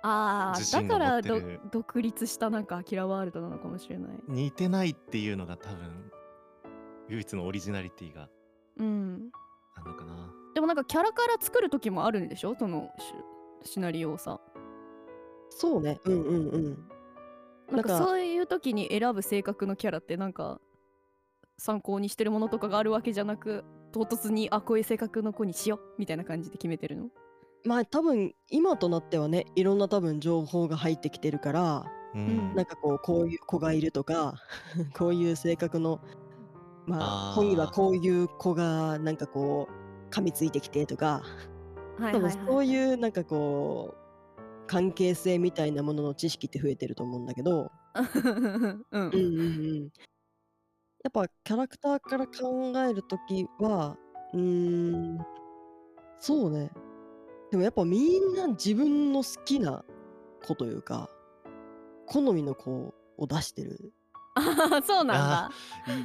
あ
[LAUGHS] 自信
ーだ
が
か
持
ら
って
ど
る
独立したなんかアキラワールドなのかもしれない
似てないっていうのが多分唯一のオリジナリティが
うん
あるのかな
でもなんかキャラから作る時もあるんでしょそのシシナリオをさ
そうね。うんうんうん。
なんか
なんか
そういう時に選ぶ性格のキャラってなんか参考にしてるものとかがあるわけじゃなく唐突にあこういう性格の子にしようみたいな感じで決めてるの
まあ多分今となってはねいろんな多分情報が入ってきてるから
うん
なんかこうこういう子がいるとか [LAUGHS] こういう性格のま
あー
あ本にはこういう子がなんかこう噛みついてきてとか
は
多分そういうなんかこう関係性みたいなものの知識って増えてると思うんだけ
[LAUGHS]
ど、
う
うん
ん
うんうん、やっぱキャラクターから考えるときはうーんそうねでもやっぱみんな自分の好きな子というか好みの子を出してる
あははそうなんだ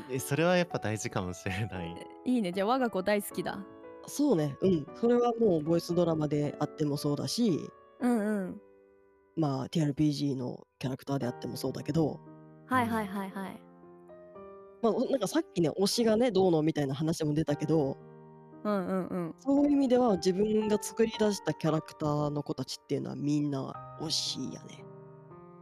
いいえそれはやっぱ大事かもしれない
いいねじゃあ我が子大好きだ
そうね、うん、それはもうボイスドラマであってもそうだし、
うんうん
まあ、TRPG のキャラクターであってもそうだけど、
はいはいはいはい
まあ、おなんかさっきね推しがねどうのみたいな話も出たけど
うんうんうん
そういう意味では自分が作り出したキャラクターの子たちっていうのはみんな推しやね。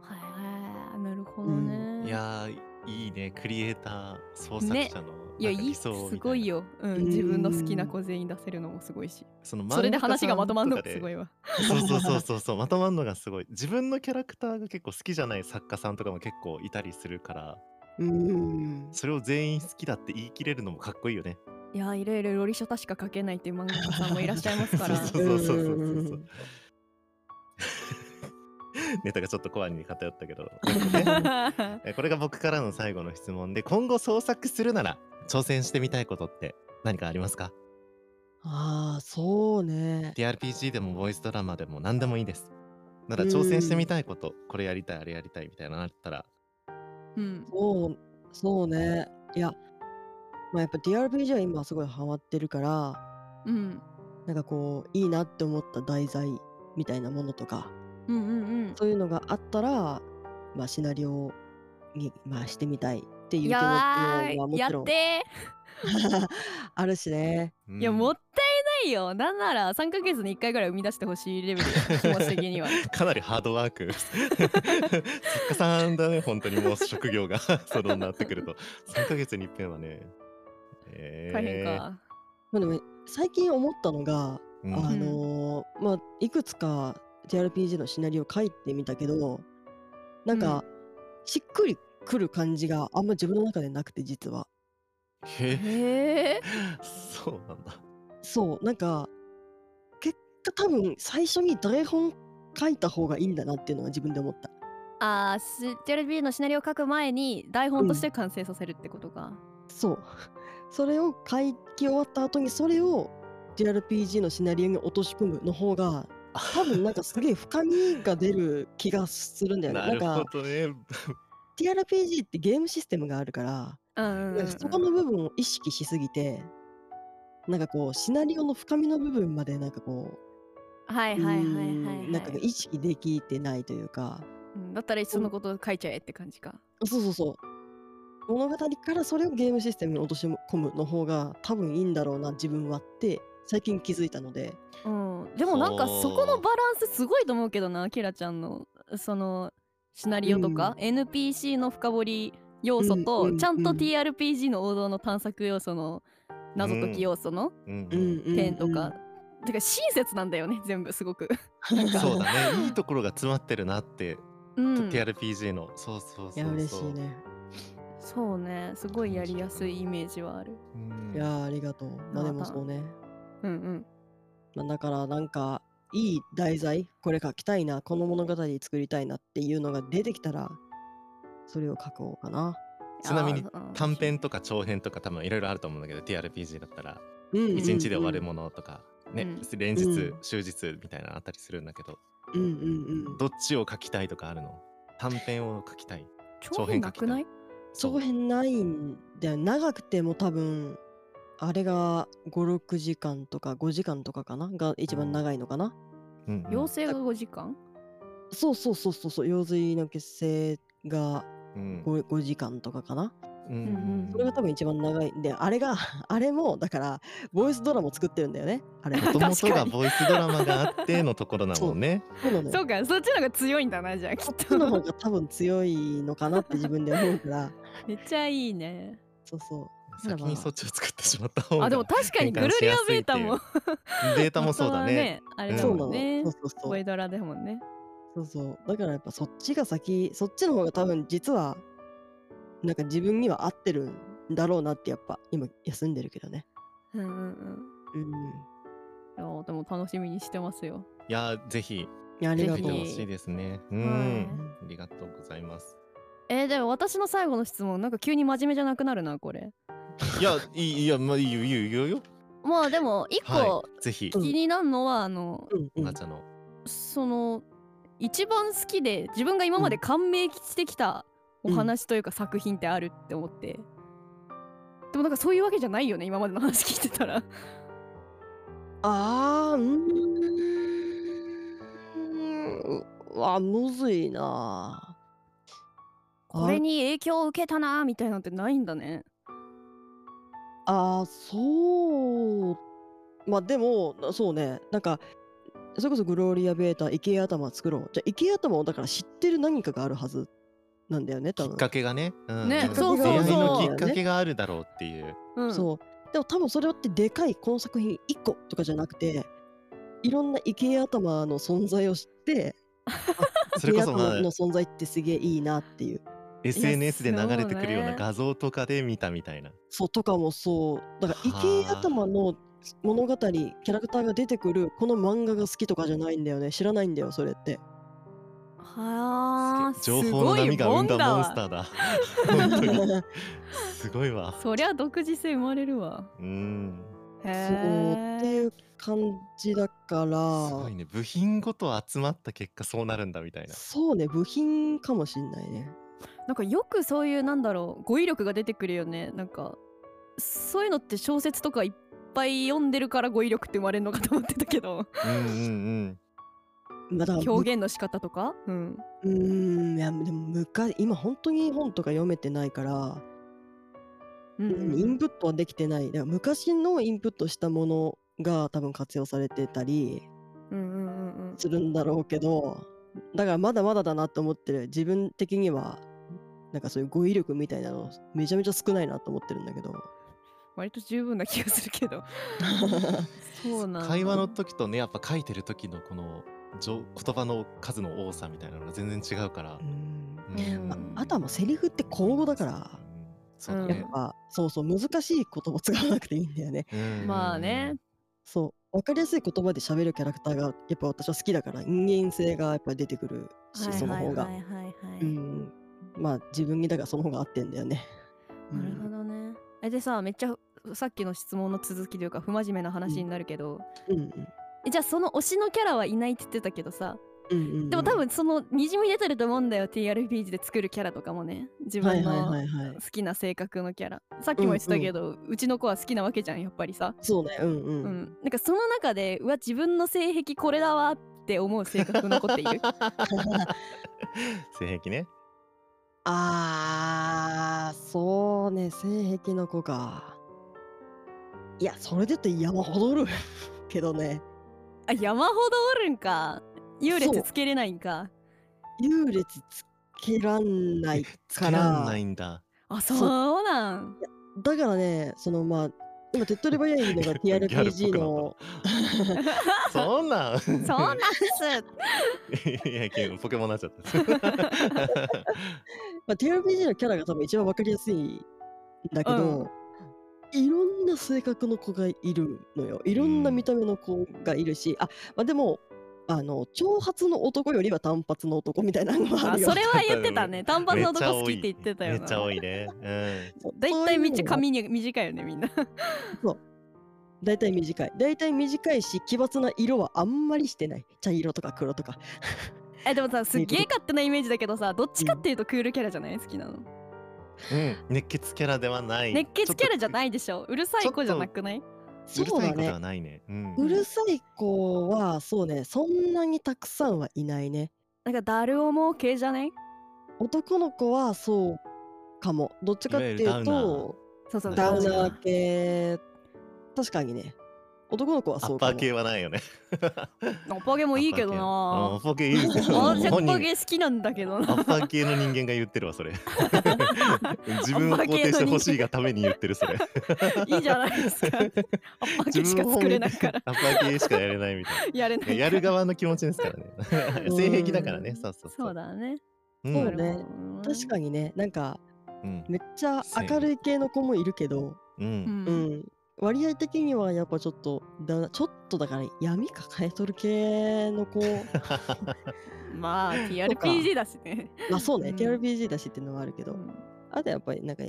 はいなるほど
ど
ね
ね、
いやーいいねクリエイター創作
ね
者の、
いや
なんか
いい
理
す
想みたな
ごいよ、うん
うん
自分の好きな子全員出せるのもすごいし
その
それで話がまとまるのもすご
い
いわ
そうそうそうそうそう [LAUGHS] まとまるのがすごい自分のキャラクターが結構好きじゃない作家さんとかも結構いたりするから
うん
それを全員好きだって言い切れるのもかっこいいよね [LAUGHS]
いやーいろいろロリショタしか書けないっていう漫画家さんもいらっしゃいます
[LAUGHS]
から
そうそうそうそうそううんそうネタがちょっとコアに偏ったけどえこれが僕からの最後の質問で今後創作するなら挑戦してみたいことって何かありますか
[LAUGHS] ああそうね。
TRPG でもボイスドラマでも何でもいいですなら挑戦してみたいことこれやりたいあれやりたいみたいなのあったら
[LAUGHS] うん
そうそうね。いや、まあ、やっぱ DRPG は今すごいハマってるから
うん
なんかこういいなって思った題材みたいなものとか
うんうん
そういうのがあったら、まあ、シナリオに、まあ、してみたいっていう
い
気持ちも
やー
まあも
や
ちろ
っ
ん
て
[LAUGHS] あるしね。
うん
いやもったいないよなんなら3ヶ月に1回ぐらい生み出してほしいレベルよ気持ち的には
かなりハードワーク [LAUGHS] 作家さんだね本当にもう職業が [LAUGHS] そのなってくると3ヶ月に一遍はね、えー
大変か、
まあ、でも最近思ったのが、
うん
あのーまあ、いくつか TRPG のシナリオ書いてみたけどなんか、しっくりくる感じがあんま自分の中でなくて実は。
へえ
へえ
そうなんだ
そうなんか結果多分最初に台本書いた方がいいんだなっていうのは自分で思った。
あー JLB のシナリオを書く前に台本として完成させるってことか、
そう。 [LAUGHS] それを書き終わった後にそれを JRPG のシナリオに落とし込むの方が多分なんかすげえ深みが出る気がするんだよね。
な
なん
るほ
か
どね
TRPG ってゲームシステムがあるから、
うんうんう
なん
ん
かそこの部分を意識しすぎて、なんかこうシナリオの深みの部分までなんかこう、
はいはいはいはい、は
う
い、
んなんか意識できてないというか、
うんだったらいっそのこと書いちゃえって感じか
そうそうそう。物語からそれをゲームシステムに落とし込むの方が多分いいんだろうな自分はって最近気づいたので。
うん、でもなんかそこのバランスすごいと思うけどなキラちゃんのそのシナリオとか、NPC の深掘り要素と、
うんうんうん
ちゃんと TRPG の王道の探索要素の謎解き要素の
うん
う
うんん
うん
点とか、
[LAUGHS]
てか親切なんだよね全部すごく。
うん
そうだ
[LAUGHS]
ねいいところが詰まってるなって、
うん、
TRPG のそうそうそう
い
そう
や嬉しいね。
そうねすごいやりやすいイメージはある。
うん
いやありがとう。まあで
ま
も
た
そうね。
うんうん
まあ、だからなんかいい題材これ書きたいなこの物語作りたいなっていうのが出てきたらそれを書こうかな。
ちなみに
あーうん
短編とか長編とか多分いろいろあると思うんだけど TRPG だったら
うん
うん
一日で終わるものとか、ね、
う
連日、
うん
終日みたいなのあったりするんだけど、
うんうんうん。
どっちを書きたいとかあるの短編を書きたい
長編なくない
そう
長編ないんだよ長くても多分あれが56時間とか5時間とかかなが一番長いのかな
うんうん
妖精が5時間
そうそうそうそうそう用水の結成が
うんうん
5, 5時間とかかな
うん
うん
うん
それ
[LAUGHS]
が多分一番長いんであれが [LAUGHS] あれもだからボイスドラマ作ってるんだよねあれ
[LAUGHS]
もとも
確か
と
に
がボイスドラマがあってのところなもんね。
そうなの
そう
よ
かそっちの方が強いんだなじゃあき
そ
っ
っちの方
と。
が多分強いのかなって自分で思うから
[LAUGHS] めっちゃいいね。
そうそう [LAUGHS] そう
先にそっちを作ってしまった方が
あでも確かにグルリアベータも。
[LAUGHS] データもそうだね。
元はあ [LAUGHS] れだ
そう
も
なの、
んね
そうそうそう
ボイドラでもんね
そうそう。だからやっぱそっちが先、そっちの方が多分実は、なんか自分には合ってるんだろうなってやっぱ今休んでるけどね。
うんうんうん
うん。
いやーでも楽しみにしてますよ
いやーぜひ
いやあり
書
が
い
と
て
う。
ほしいですね。う
は
ん、
い
ありがとうございます。
えー、でも私の最後の質問なんか急に真面目じゃなくなるなこれ
いやいいいやまあいいよいいよいいよいいよ。
まあでも一個
はい、ぜひ、
うん
気になるのは、あの
うんうん
なっちゃんの
その一番好きで自分が今まで感銘してきたお話というか作品ってあるって思って、でもなんかそういうわけじゃないよね今までの話聞いてたら
あーうーんわむずいな
これに影響を受けたなーみたいなのってないんだね
ああそうまあでもなそうねなんかそれこそグローリア・ベータ池江頭作ろうじゃあ池江頭をだから知ってる何かがあるはずなんだよね
き
多
っ
分
かけがね、うん
ね
そうそう
出会い
そ
の
う
きっかけがあるだろうっていう
うん
そうでも多分それってでかいこの作品1個とかじゃなくていろんな池江頭の存在を知って
それこそ、
池江 [LAUGHS]
まあ
頭、の存在ってすげえいいなっていう
SNS で流れてくるよう
そう
な
ね
画像とかで見たみたいな、
そうとかもそうだから池江
はあ
頭の物語キャラクターが出てくるこの漫画が好きとかじゃないんだよね知らないんだよそれって
はあ
すげえ情報の波が生んだモンスタ
ー
ーだ
[LAUGHS]
本当に
そ
すごいわ
そりゃ独自性生まれるわ
うん
へ
うって
え
いう感じだか
すご
ら
いね部品ごと集まった結果そうなるんだみたいな
そうね部品かもしんないね
なんかよくそういうなんだろう語彙力が出てくるよねなんかそういうのって小説とかいっぱい読んでるから語彙力って生まれるのかと思ってたけ [LAUGHS] ど
うんうん
まあだからむ
表現の仕方とかうん
うーんいやでも昔今本当に本とか読めてないから
う
うんインプットはできてないだから昔のインプットしたものが多分活用されてたり
うんうんうんうん
するんだろうけどだからまだまだだなと思ってる自分的にはなんかそういう語彙力みたいなのめちゃめちゃ少ないなと思ってるんだけど
割と十分な気がするけどそう
う
なん
ん
だ
会話の時とねやっぱ書いてる時のこのじょ言葉の数の多さみたいなのが全然違うから
[LAUGHS] う、ん
うん
ああとはもうセリフって口語だから
うんそうだ
うん
やっ
ね、
ぱそうそう難しい言葉使わなくていいんだよね
うん
まあね
そう分かりやすい言葉で喋るキャラクターがやっぱ私は好きだから人間性がやっぱり出てくるし、
はい
その方が、
はいはいはいはい
うんまあ自分にだからその方が合ってんだよね
なるほどね。えでさめっちゃふさっきの質問の続きというか不真面目な話になるけど、
うんうん
えじゃあその推しのキャラはいないって言ってたけどさ
うんうんうん
でも多分そのにじみ出てると思うんだよ TRPG で作るキャラとかもね自
は
分
いはい
の
はいはい
好きな性格のキャラ、さっきも言ってたけど、うちの子は好きなわけじゃんやっぱりさ、
そうねうんう、
うんんなんかその中でうわ自分の性癖これだわって思う性格残
[LAUGHS]
っている
性癖ね
あーそうね性癖の子かいやそれで言って山ほどおるけどね
あ山ほどおるんか優
そ
劣
う
つけれないんか
優劣つけらんない
つ
か
けらん
ら
ないんだ
あ
そう
そうなん
だからねそのまあ今手っ取り早いのが
ギャルっ
TRPG の
ぽくなったそんなん
そうなんす
いやけどポケモンになっちゃ
[LAUGHS]
った
まあ、TRPG のキャラが多分一番わかりやすいんだけど、いろんな性格の子がいるのよいろんな
うん
見た目の子がいるし、あ、まあ、でもあの長髪の男よりは短髪の男みたいなのがあ
あ
るよ
それは言ってたね。単発の男好きって言ってたよ
め
な。
っちゃ多いね。うん。
だいたいめっちゃ
そういうのが
髪に短いよねみんな。
大体短い大体短いし奇抜な色はあんまりしてない茶色とか黒とか
えでもさすっげえ勝手なイメージだけどさどっちかっていうとクールキャラじゃない好きな
う
の。
ん、熱血キャラではない。。
熱血キャラじゃないいでしょ。うるさい子じゃなくない
そう
そう
るさいこ
だ
と
ね
はないね。うん。
うるさい子はそうねそんなにたくさんはいないね
なんかダルオモ系じゃない
男の子はそうかもどっちかってい
いわゆる
う
ダウナー
と
そうそう
ダ
ダ
ウ
ウナー
ナー系確かにね男の子は
ア
そ
ッ
う
パ
か
ー
も
系はないよね。
おっぱげもいいけど
アッ
な。
パー系うんアッパー系いいですよ。
私おっ
本
ぱ
人
げ好きなんだけど
ア
な。
ッパー系の人間が言ってるわそ
[LAUGHS]
れ。自分を肯定してほしいがために言ってるそれ。
いいじゃないです
[LAUGHS]
か。おっぱげしか
を褒
作
め
れないから
アッパー系しかやれないみたい
やれないか
な。
ら。
やる側の気持ちですからね。性癖だから
う
ね。
ん
そうそうそう。
そうだね。
うん。
そうね確
確
かにねなんか
うん
めっちゃ明るい系の子もいるけど、
う。
うん。
うんん、割合的にはやっぱちょっとだなちょっとだから闇抱えとる系の子
まあ TRPG だしね。
まあそうね、
うん
TRPG だしっていうのはあるけど、あとやっぱりなんか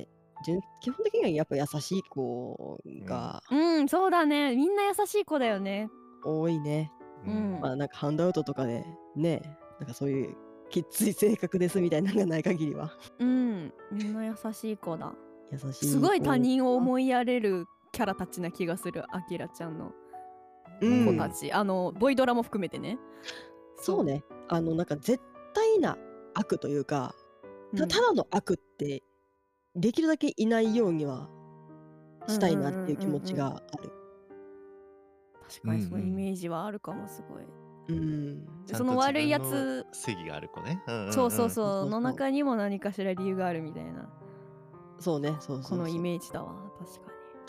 純基本的にはやっぱ優しい子が
うん、そうだね。みんな優しい子だよね。
多いね、
うん
まあなんかハンドアウトとかでねなんかそういうきつい性格ですみたいなのがない限りは
うん、みんな優しい子だ。
優しい
すごい他人を
い
思いやれるキャラたちな気がする、あきらちゃんの。
うん
子たち、あのボイドラも含めてね
そうねあのなんか絶対な悪というか、
う
た
ん
ただの悪ってできるだけいないようにはしたいなっていう気持ちがある。
確かにそういう
うん
イ
うん
メージはあるかもすごい、
うん、
でその悪いや
ちゃんと自分
つ
の正義がある子ね、うんんん
そうそうそ
そうそうう
の中にも何かしら理由があるみたいな
そうね、そうそう
このイ
ージ。
メージだわ確か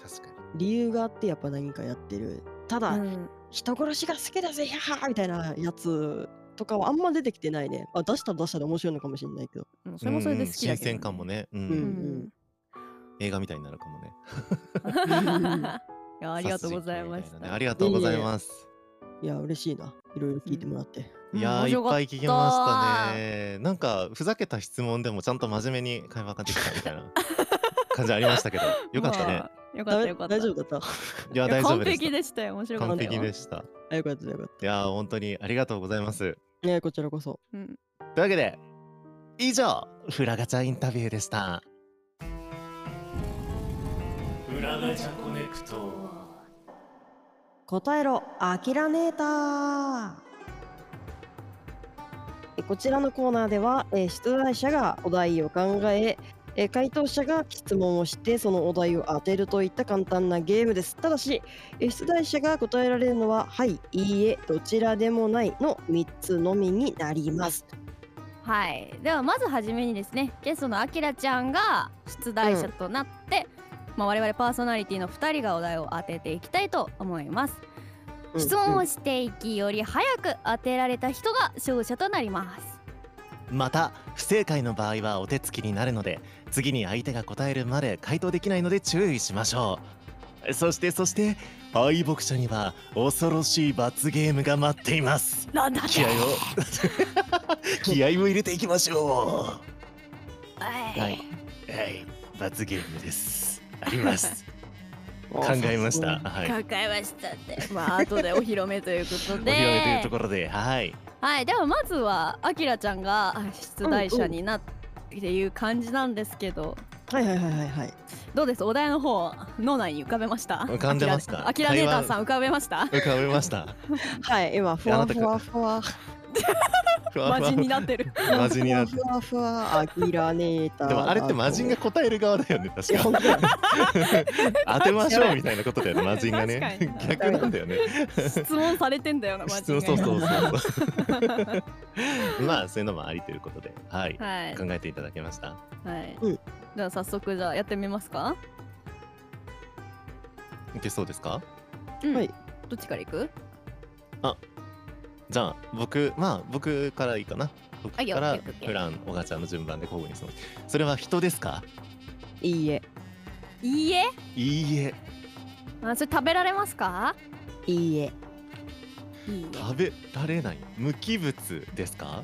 確かに
理由があってやっぱ何かやってる。ただ、
に、うん
人殺しが好きだぜ、はーみたいなやつとかはあんま出てきてないね。まあ、出したら出したで面白いのかもしれないけど。
うん、それもそれで好きだけ
うんうん新
ど、ね
鮮感もね、うん
う
うんん
映画みたいになるかもね
ん
[LAUGHS] いやありがとうございまし
殺人鬼み
た
なねありがとうございます
いや、嬉しいな。いろいろ聞いてもらって。
うん
いや
面
ーい
白
っ
かった
ぱい聞きましたねなんかふざけた質問でもちゃんと真面目に会話ができたみた
[LAUGHS]
いな感じありましたけどよかったね、
まあよかったよかった
大 [LAUGHS] 丈夫だった。
いや
いや
大丈夫
完
で
璧
し
でしたよ面白
た
か
完
ったよ
璧でした
あよかったよかっ
いやー本当にありがとうございます
た。ねこちらこそ。
うん
というわけで以上フラガチャインタビューでした
裏ガチャコネクト
答えろ、あきらねえたーえこちらのコーナーでは、えー出題者がお題を考ええー回答者が質問をしてそのお題を当てるといった簡単なゲームですただしえー出題者が答えられるのは「はい」「いいえ」「どちらでもない」の3つのみになります
はいではまずはじめにですねゲストのあきらちゃんが出題者となって、まあ、我々パーソナリティの2人がお題を当てていきたいと思います質問をしていきより早く当てられた人が勝者となります
また不正解の場合はお手つきになるので次に相手が答えるまで回答できないので注意しましょうそしてそして敗北者には恐ろしい罰ゲームが待っています
なんだ [LAUGHS]
気合を気合を入れていきましょう
は
はいはい罰ゲームですあります考えましたはい
考えましたってまあ後でお披露目ということで
お披露目というところではい
はい、ではまずはあきらちゃんがあ出題者になっていう感じなんですけど、
はいはいはいはいはい
どうですお題の方脳内に浮かべました
浮かんでますか
あきらネーターさ
ん
ん浮かべました
浮かべました
はい今ふ
いやあ
わ
なた
ふわふわ
ふわ
マ
ふわ
ジになってる
マジになって
ふわふわあきらねえたー
でもあれってマジンが答える側だよね確
いや
か
本当
[LAUGHS]
だよ
当てましょうみたいなことだよねマジンがね
確かに
逆なんだよね
質問されてんだ
[LAUGHS]
よなマジ
質
で
問そうそう
[LAUGHS]
そうそうまあそういうのもありということではい、
はい
考えていただきました
はい、
うん
では早速じゃあやってみますか
いけそうですか
うん
はい
どっちからいく
じゃあ僕まあ僕からいいかな僕
あいいよ
か
オ
ら
ッケーオッケー
プランおがちゃんの順番で交互にそのそれは人ですか
いいえ
いいえ
いいえ
あそれ食べられますか
いいえ
いいえ
食べられない無機物ですか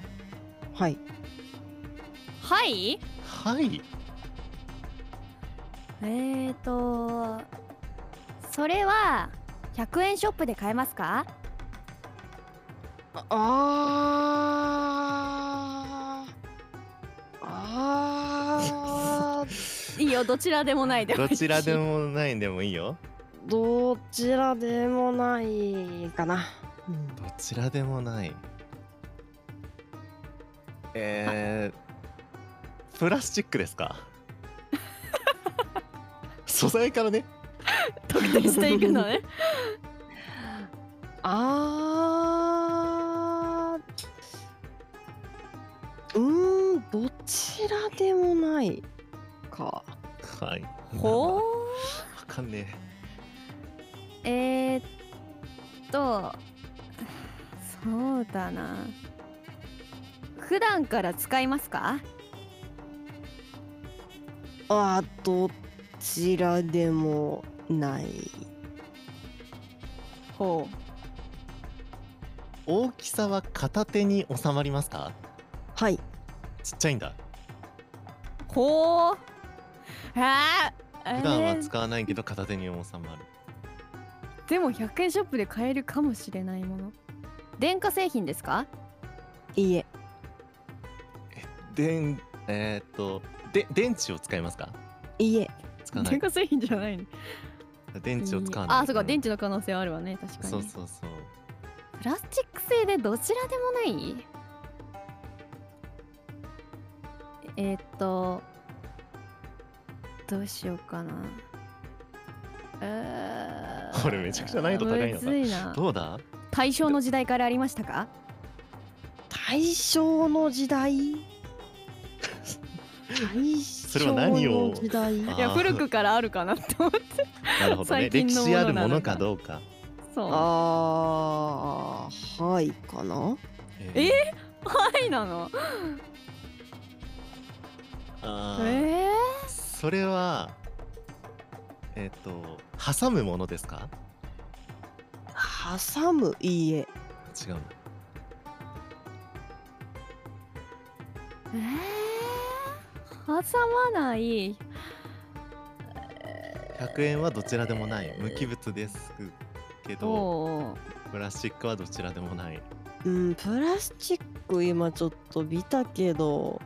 はい
はい
はい
えーとそれは100円ショップで買えますか
あああ
いいよどちらでもないでもい
ど
いし
ちら
[LAUGHS]
でもないんでもいいよ
どちらでもないか [LAUGHS] な、
どちらでもないえー、プラスチックです
[LAUGHS]
か素材からね
特定していく
[LAUGHS]
のね
あーうーんどちらでもないか
はい
ほう
わかんね
えー、っとそうだな普段から使いますか
あーどちらでもない
ほ
え大きさは片手に収まりますか
はい
ちっちゃいんだ
うほうあー
普段は使わないけど片手に収まる
えーでも100円ショップで買えるかもしれないもの電化製品ですか
いいえ
でんえーっとで電池を使いますか
いいえ
使わない
電化製品じゃないの
電池を使わない
あそうか電池の可能性はあるわね確かに
そうそうそう
プラスチック製でどちらでもないえーっとどうしようかなうーん
これめちゃくちゃ難易度高いの
む
か
ずいな
どうだ
大正の時代からありましたか
大正の
[LAUGHS]
時代大
れ
正
は何を
の時代
あー
いや古くからあるかなって思って
なるほどね
最近
歴
のもの
史あるもの
なのか
かどうか
そう
あーはいかな
え
ー
はいなの
あー
えー、
それはえっ、と挟むものですか
挟む家
違うな
えー、挟まない
100円はどちらでもない無機物ですけど
と
プラスチックはどちらでもない
うんプラスチック今ちょっと見たけど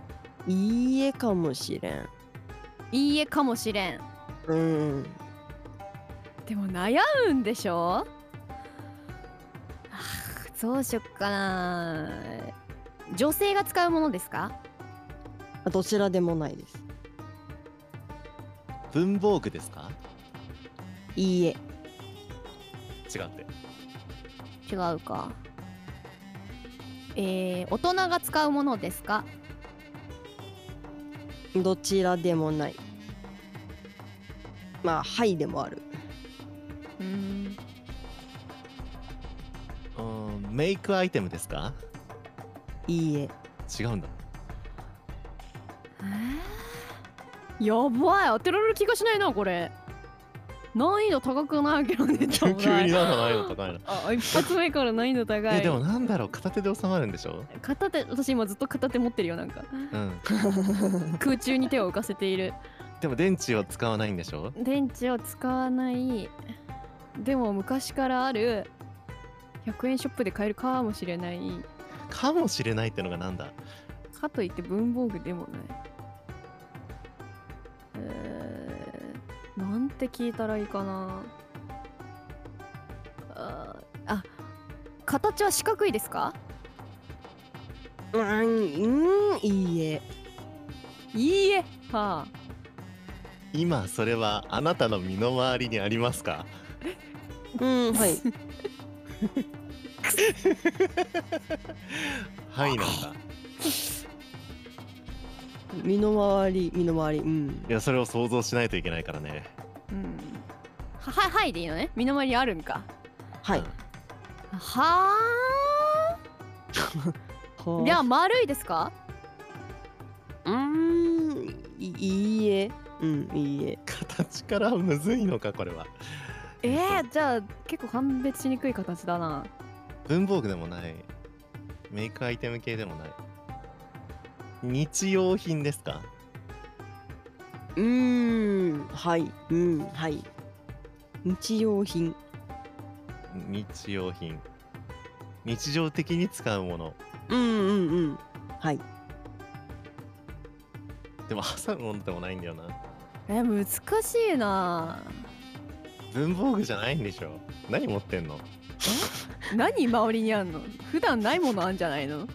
いい家かもしれん
いいえかもしれん
うん
でも悩むんでしょあーどうしよっかな女性が使うものですか
どちらでもないです
文房具ですか
いいえ
違って
違うかえー、大人が使うものですか
どちらでもないまあはいでもある
うーん
うーんメイクアイテムですか
いいえ
違
[LAUGHS]
うんだ
えーやばい当てられる気がしないなこれ難易度高くないけどね
[LAUGHS] 急になんかないの高い
[LAUGHS]
な
あ一発目から難易度高い
えでもなんだろう片手で収まるんでしょ
片手私今ずっと片手持ってるよなんか
うん
空中に手を浮かせている
でも電池を使わないんでしょ
電池を使わないでも昔からある100円ショップで買えるかもしれない
かもしれないってのがなんだ
かといって文房具でもないえーなんて聞いたらいいかなあーあ形は四角いですか
うんうんいいえ
いいえはあ
今それはあなたの身の回りにありますか
うんはい
はいなん
[LAUGHS]
だ
身の回り身の回りうん
いやそれを想像しないといけないからね
[LAUGHS] うんははいはいでいいのね身の回りにあるんか
はい
うん
はあじゃあ丸いですか
うんいいいえうんいいえ
形からむずいのかこれは
えー、じゃあ結構判別しにくい形だな
文房具でもないメイクアイテム系でもない日用品ですか
うんはいうんはい日用品
日用品日常的に使うもの
うんうんうんはい
でも挟むものでもないんだよな
え難しいな
文房具じゃないんでしょ何持ってんの
何周りにあんの普段ないものあんじゃないの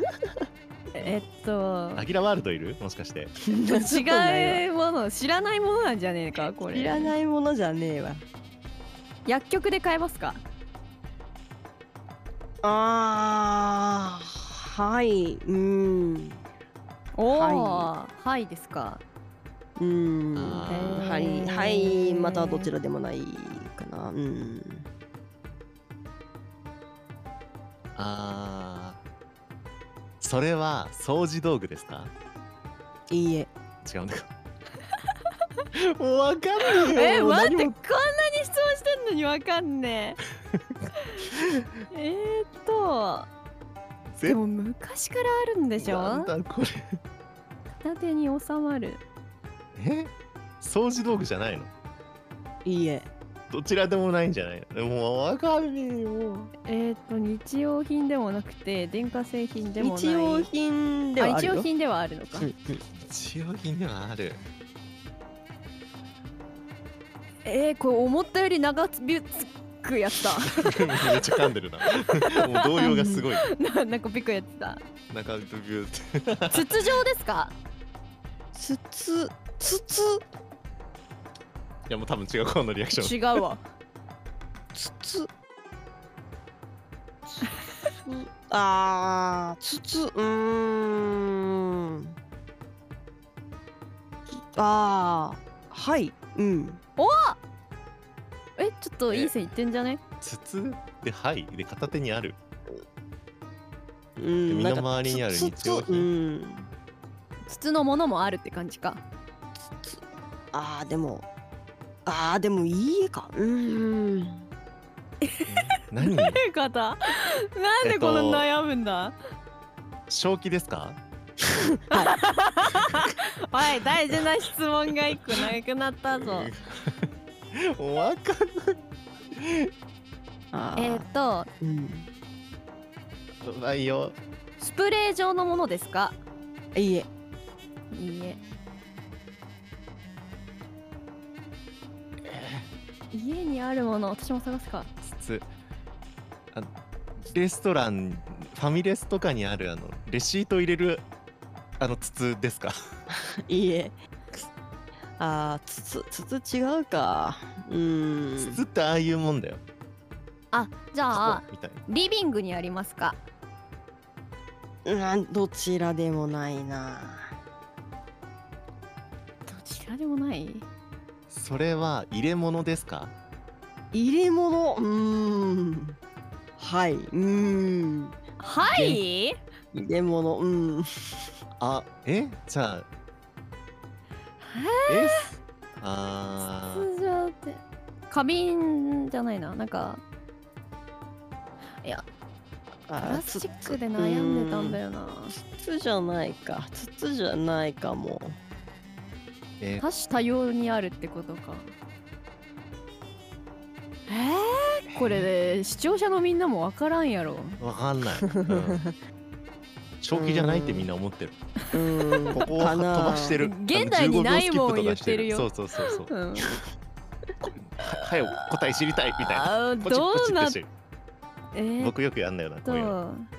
[LAUGHS] えっと
アキラワールドいるもしかして
[LAUGHS]
違うもの知らないものなんじゃねえかこれ
いらないものじゃねえわ
薬局で買えますか
あーはいうん
おおは、
はい
ですか
うん
あー
はいはいまたどちらでもないかなうん
あーそれは掃除道具ですか
いいえ
違うのか
[LAUGHS]
もうわかんねえ
え
よもう
待って
何
こんな
も
に質問してんのにわかんねええーっとで
絶
も昔からあるんでし
なん
ょ
だこれ
片手に収まる
え掃除道具じゃないの
いいえ
どちらでもないんじゃないのもうわかんねえよ
えーっと日用品でもなくて電化製品でもない
日用品で
あ
はある
一
よ
応品ではあるのか
うんうん
日用品ではある
えー、これ思ったより長つびつくやつだ
めっちゃ噛んでるなもう動揺がすごい
[LAUGHS] ななんかびっくりやってた
中ビュビュって
筒状ですか
つつつつ
いやもう多分違う顔のリアクション
違うわ
つつあーつつうーんあーはいうん
えちょっといい線いってんじゃね
筒ではいで片手にある
う
で
ん
みん
な
なん
か
周りにある
つ
日用
つつう
品
ん
筒のものもあるって感じか
つつあーでもあーでもいいかうーん
何
え方なん
でこんなえっと
悩むんだ、
正気ですか
[LAUGHS]
はい大事な質問が一個なくなったぞ
うんわかん
あ
えっ
ー
と
うん
ないよ
スプレー状のものですか
いいえ
いいえ家にあるもの私も探すか
筒あレストランファミレスとかにあるあのレシート入れるあの筒ですか
[LAUGHS] いいえあーつつつつ違うかうーん
筒ってああいうもんだよ
あじゃあ
ここみたいな
リビングにありますか
うんどちらでもないな
どちらでもない
それは入れ物ですか
入れ物うーんはいうーん
はい
入れ物うん
あえじゃあえあー
通常って花瓶じゃないななんかプ
あ
ラスチックで悩んでたんだ
よ
よな
筒じゃないか筒じゃないかも
え
多種多様にあるってことかえー、これで視聴者のみんなもわからんやろ
わかんない、うん、正気じゃないってみんな思ってる
[LAUGHS]
うーん
ここは
か
飛
な
ばしてる
現代にないも
あ
ん
の15秒スキップとかして
言ってる
そ
よ
うそうそう
[LAUGHS]
そう
うん、
はよ答え知りたいみたいな
あー
ポチ
ど
ポ
う
チ
な
っ
って
してる
えーっ
僕よくやんだよなこういうの
と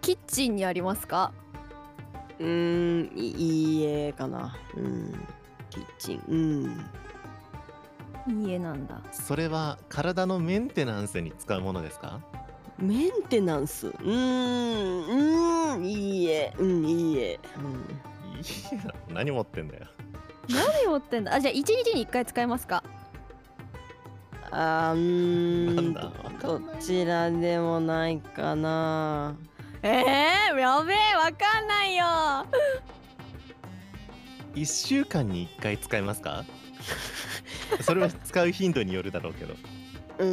キッチンにありますか
うーんいいいえかなうんキッチンうん
家なんだ
それは体のメンテナンスに使うものですか
メンテナンスうーんうーんいいえうんいいえうん
いや何持ってんだよ
何持ってんだあじゃあ1日に1回使えますか
あーうー
なん
ん
だわかんない
どちらでもないかな
えー、やべえわかんないよ
1週間に1回使えます
[LAUGHS]
かそれは使う頻度によるだろうけど
うー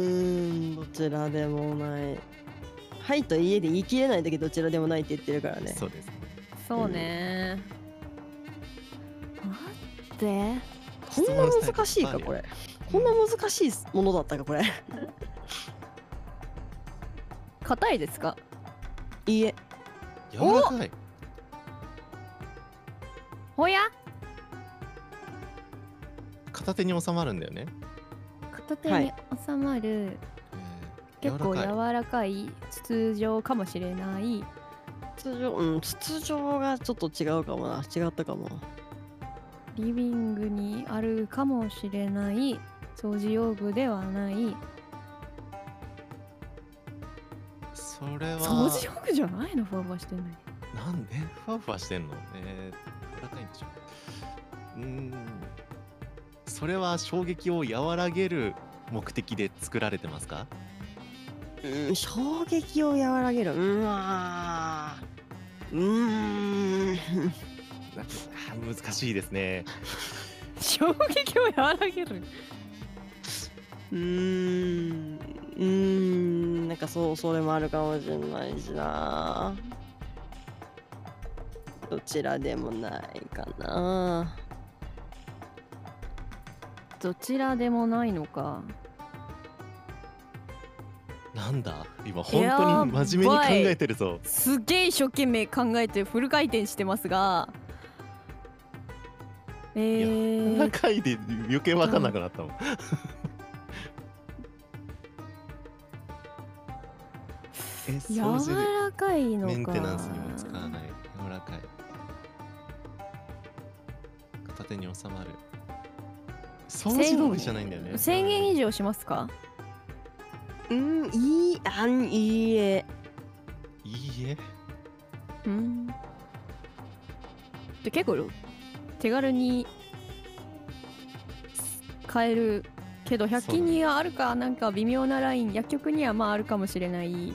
んどちらでもないはいと家で言い切れないんだけどどちらでもないって言ってるからね
そうですね
そうね、待って
こんな難しい
質問
か
したいこと
こ
あ
れこんな難しいものだったかこれ
硬いですか
いいえ
柔らかい
ほや
片手に収まるんだよね、
片手
は
に
い
収まる、結構柔らかい筒状かもしれない
筒状うん筒状がちょっと違うかもな違ったかも
リビングにあるかもしれない掃除用具ではない
それは
掃除用具じゃないのふわふわしてない
なんでふわふわしてんのえー、柔らかいんでしょうーんそれは衝撃を和らげる目的で作られてますか
うん衝撃を和らげるうわーうーん
なあー難しいですね
衝撃を和らげる
うーんうーんなんかそうそれもあるかもしれないしなどちらでもないかな
どちらでもないのか
なんだ今
い
本
やー
当に真面目に考えてるぞ
すげえ一生懸命考えてフル回転してますがえ
7
ー、
回で余計分かんなくなったもん。え、
柔
掃除で
らかいのか
メンテナンスにも使わない。柔らかい。片手に収まる。掃除道具じゃないんだよね。
1000円以上しますか
うん、いい、あん、いいえ。
いいえ。
うんで結構手軽に買えるけど100均にはあるかなんか微妙なライン薬局にはまああるかもしれない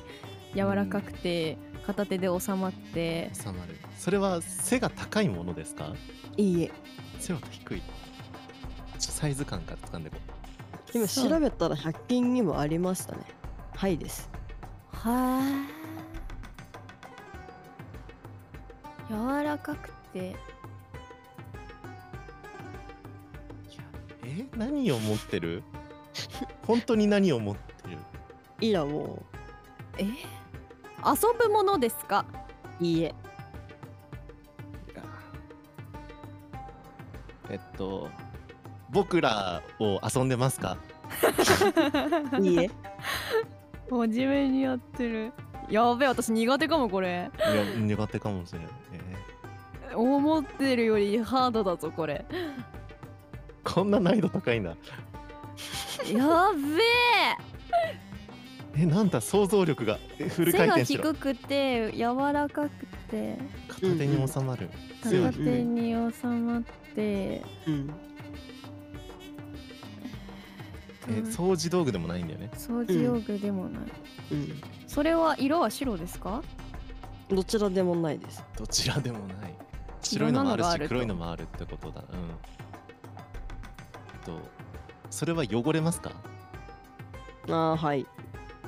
柔らかくて片手で収まって
収まる。それは背が高いものですか
いいえ。
背は低い。ちょサイズ感から掴んでこう。
今
そう
調べたら100均にもありましたね。はいです。
はあ柔らかくて
え何を持ってる本当に何を持ってる
イラも
え遊ぶものですか
いいえ。
えっと僕らを遊んでます [LAUGHS] か
いいえ。
真面目にやってるやべえ私苦手かもこれ
いや苦手かもしれない、え
思ってるよりハードだぞこれ
ーこんな難易度高いんだ
や
えなんだ想像力がえフ
べ
ル
え背
回
が
転しろ
低くて柔らかくて
片手に収まる、背は
片
低
手に収まって、
うん。
え
うん
掃除道具でもないんだよね
掃除用具でもない、
うん。
それは色は白ですか
どちらでもないです。
どちらでもない白いのもあるし
いろんなのがあると
黒いのもあるってことだうんえっとそれは汚れますか
ああー、はい。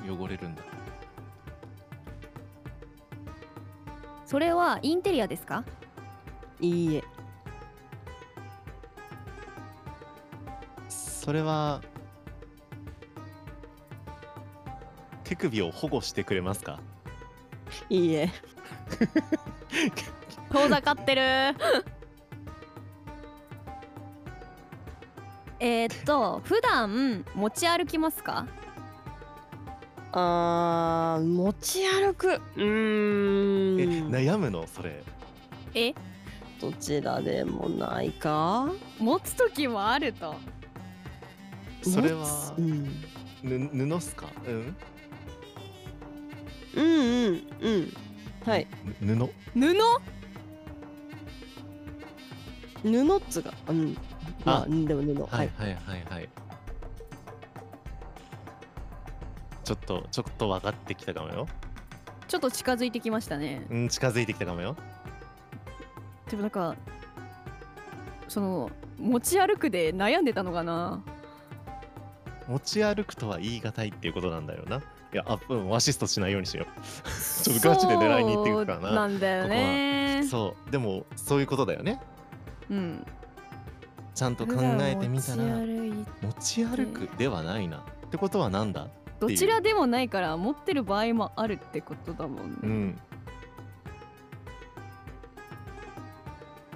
汚れるんだ
それはインテリアですか
いいえ。
それは手首を保護してくれますか
いいえ。
遠ざかってる [LAUGHS] えーっと普段持ち歩きますか
ああ、持ち歩く。う
え
ーん。
悩むのそれ
え
どちらでもないか。
持つ時もあると
それは
持つうん。
ぬ布っすかうん
うんうんうん。はい。
ぬ布
布
布っつうか、うん。まあ、
あ
うんでも布。は
はいい。はいはいはいちょっとちょっと分かってきたかもよ
ちょっと近づいてきましたね
うん近づいてきたかもよ
でもなんかその持ち歩くで悩んでたのかな
持ち歩くとは言い難いっていうことなんだよないやあうんアシストしないようにしよう [LAUGHS] ちょっとガチで狙いに行っていくから
そう
な
なんだよね
そうでもそういうことだよね
うん
ちゃんと考えてみた
普
ら
段持
持ち
ち歩い
歩くではないなってことはなんだ
どちらでもないから持ってる場合もあるってことだもんね、
うん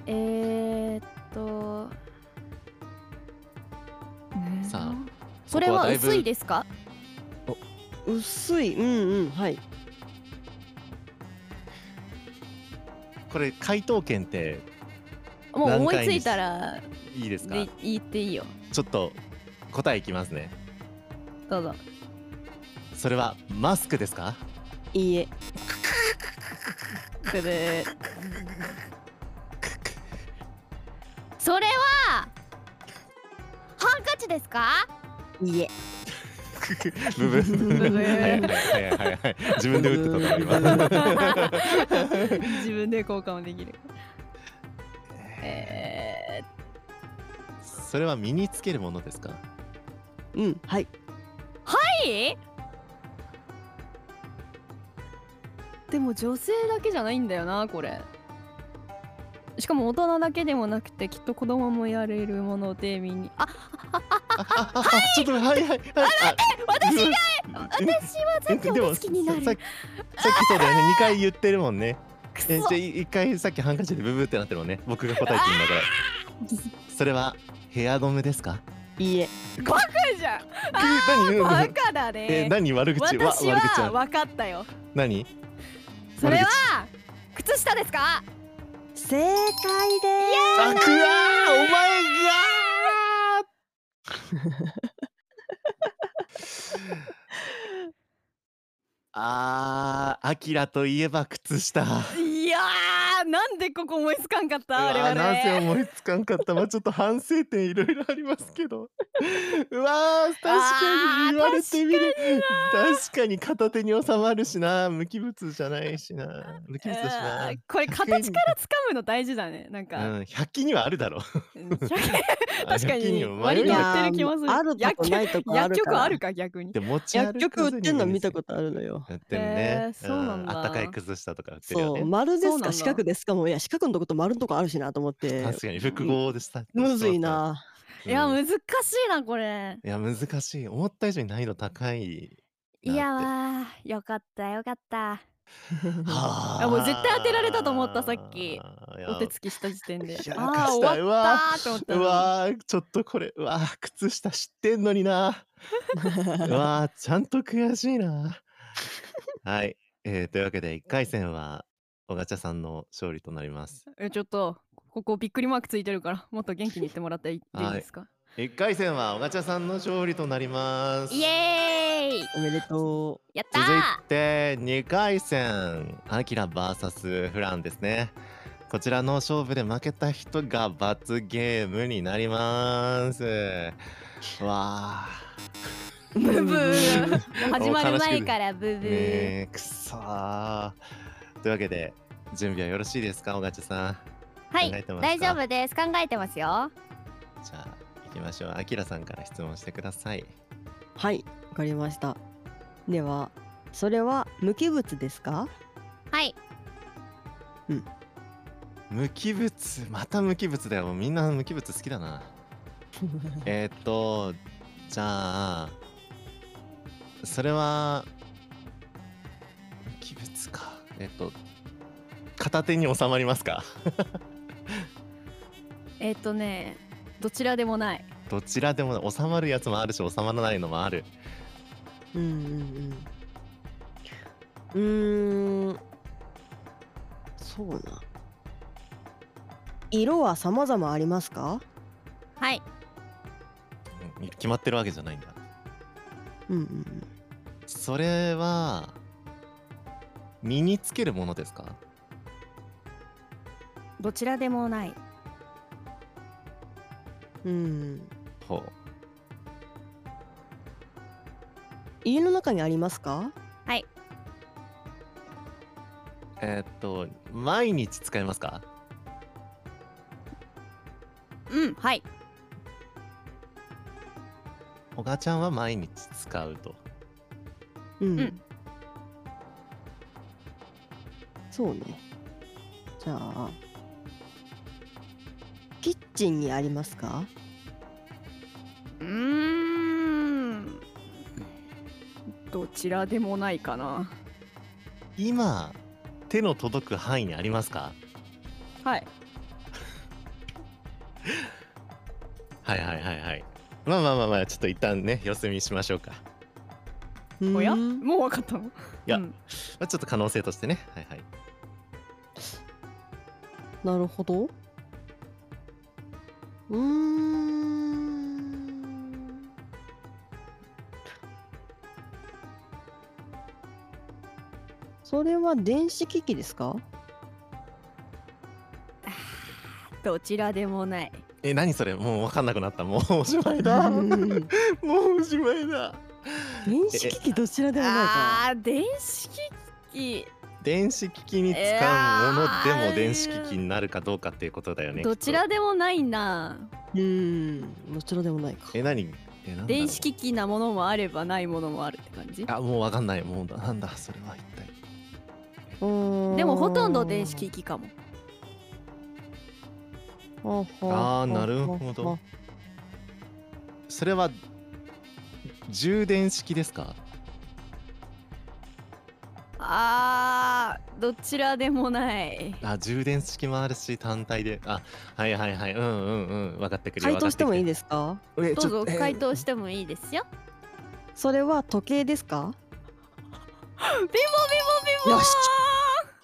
えー、っと、ね
さあ
それは薄い
で
ですか
薄い。うんうん。はい。
これ回答権って
もう思い
何回
つ
に
いたら
いいですか
で言っていいよ
ちょっと答えいきますね
どうぞ
それはマスクですか
いいえ。
くるそれはハンカチですか
いいえ。
ブブ
ブ
ブ
はいはいはいはいはい自分で打ってたの今
自分で交換もできるえ
それは身につけるものですか
うん。はい。
ー、いいでも女性だけじゃないんだよなこれしかも大人だけでもなくてきっと子供もやれるもので身にあ
あああちょっとはいはいはいあ
私が
え
私はザキ
で
も
も
好きにな
さ
る
ささっきそうだよ
[LAUGHS]
ね2回言ってるもんね
くそ [LAUGHS]
えじゃあい一回さっきハンカチでブブってなってるもんね僕が答えていいんだかそれはヘアゴムですか
いいえ
じゃん
え [LAUGHS] 何
バ
うん
カだね、
え何悪口わ悪
私
口
は
は
分かったよ
何
それは靴下ですか
正解で
悪口あくわーお前があーアキラといえば靴下
いやーなんでここ思いつかんかった我
うわー
々
なんせ思いつかんかったまあちょっと反省点いろいろありますけどうわー確か
あー
に言われてみる確かに片手に収まるしな無機物じゃないしな無機物だしな
あーこれ形から掴むの大事だねなん
う [LAUGHS]
か、
ん、100均にはあるだろう
100確か
100均
に
は迷い
割
なく
とやってる気もする
あるとこないとこあ
薬
るか
局
ら
あるか逆に
で持ち歩
薬
く
局売ってんの見た
と
ことあるのよ
売ってるね
へ、ーそうなんだ
あったかい靴下とか売ってるよ
そう
ね
丸で
そうな
す
んだ
か四角ですかもいや四角のとこと丸のとこあるしなと思って
確かに複合でした、
むずいな
う
い
ん
や難しいなこれ
いや難しい思った以上に難易度高いなっ
い
て
やわーよかったよかった
は
あもう絶対当てられたと思ったさっき
いや
お手つきした時点
い
で
や
ああ
貸し
終
たい
わったーと思った
う
のに
わーちょっとこれうわー靴下知ってんのに
[LAUGHS]
なうわーちゃんと悔しいなはい、えー、というわけで1回戦は小ガチャさんの勝利となります
えちょっとここびっくりマークついてるからもっと元気に言ってもらっていい
はい
いいですか
1回戦は小ガチャさんの勝利となります
イエーイ
[LAUGHS] おめでと
やった
続
ー
いて2回戦アキラ VS フランですねこちらの勝負で負けた人が罰ゲームになりますわあ
う
ブブー
[LAUGHS]
もう始まる前からブブ
ね
ー、
えくそーというわけで準備はよろしいですかおがちさん
はい
考えてますか
大丈夫です考えてますよ
じゃあ行きましょうあきらさんから質問してくださいう
はいわかりましたではそれは無機物です [LAUGHS] か
はい
無機物また無機物だよもうみんな無機物好きだなえーっとじゃあそれは無機物かえーっと片手に収まりますか
えっ、とねどちらでもない
どちらでも収まるやつもあるし収まらないのもある
うんうんうんうーんそうな色は様々ありますか
はい
うん決まってるわけじゃないんだ
うんうんうん
それは身につけるものですか
どちらでもない
うん
ほう
家の中にありますか
えーっと毎日使えますか
うんはい
おがちゃんは毎日使うと
うん、
うん
そうねじゃあキッチンにありますか
うーんどちらでもないかな
今手の届く範囲にありますか
はい
[LAUGHS] はいはいはいはいまあまあまあまあちょっと一旦ね様子見しましょうか、ま
おや
うん
もうわかったのい
や
うん、
あ、ちょっと可能性としてねはいはい
なるほどうーんそれは電子機器ですか
どちらでもない
え何それもう分かんなくなったもうおしまい
[LAUGHS]
だ
う
も
ん
うおしまいだ
電子機器どちらでもないか
あー電子機器
電子機器に使うものでも電子機器になるかどうかっていうことだよね
どち
きっ
らでもないな
うんどちらでもないか
とえ何えなんだろう
電子機器なものもあればないものもあるって感じ
あもうわかんないもうなんだそれは一体
うー
でもほとんど電子機器かも
あ
あーなるほどそれは充電式ですか
あーどちらでもない
あ充電式もあるし単体であはいはいはいうんうんうん分かってくるよ
回答してもいい
で
ですか
す
どうぞ回答してもいいですよ
それは時計ですか
[LAUGHS] ビボビボビボ
よし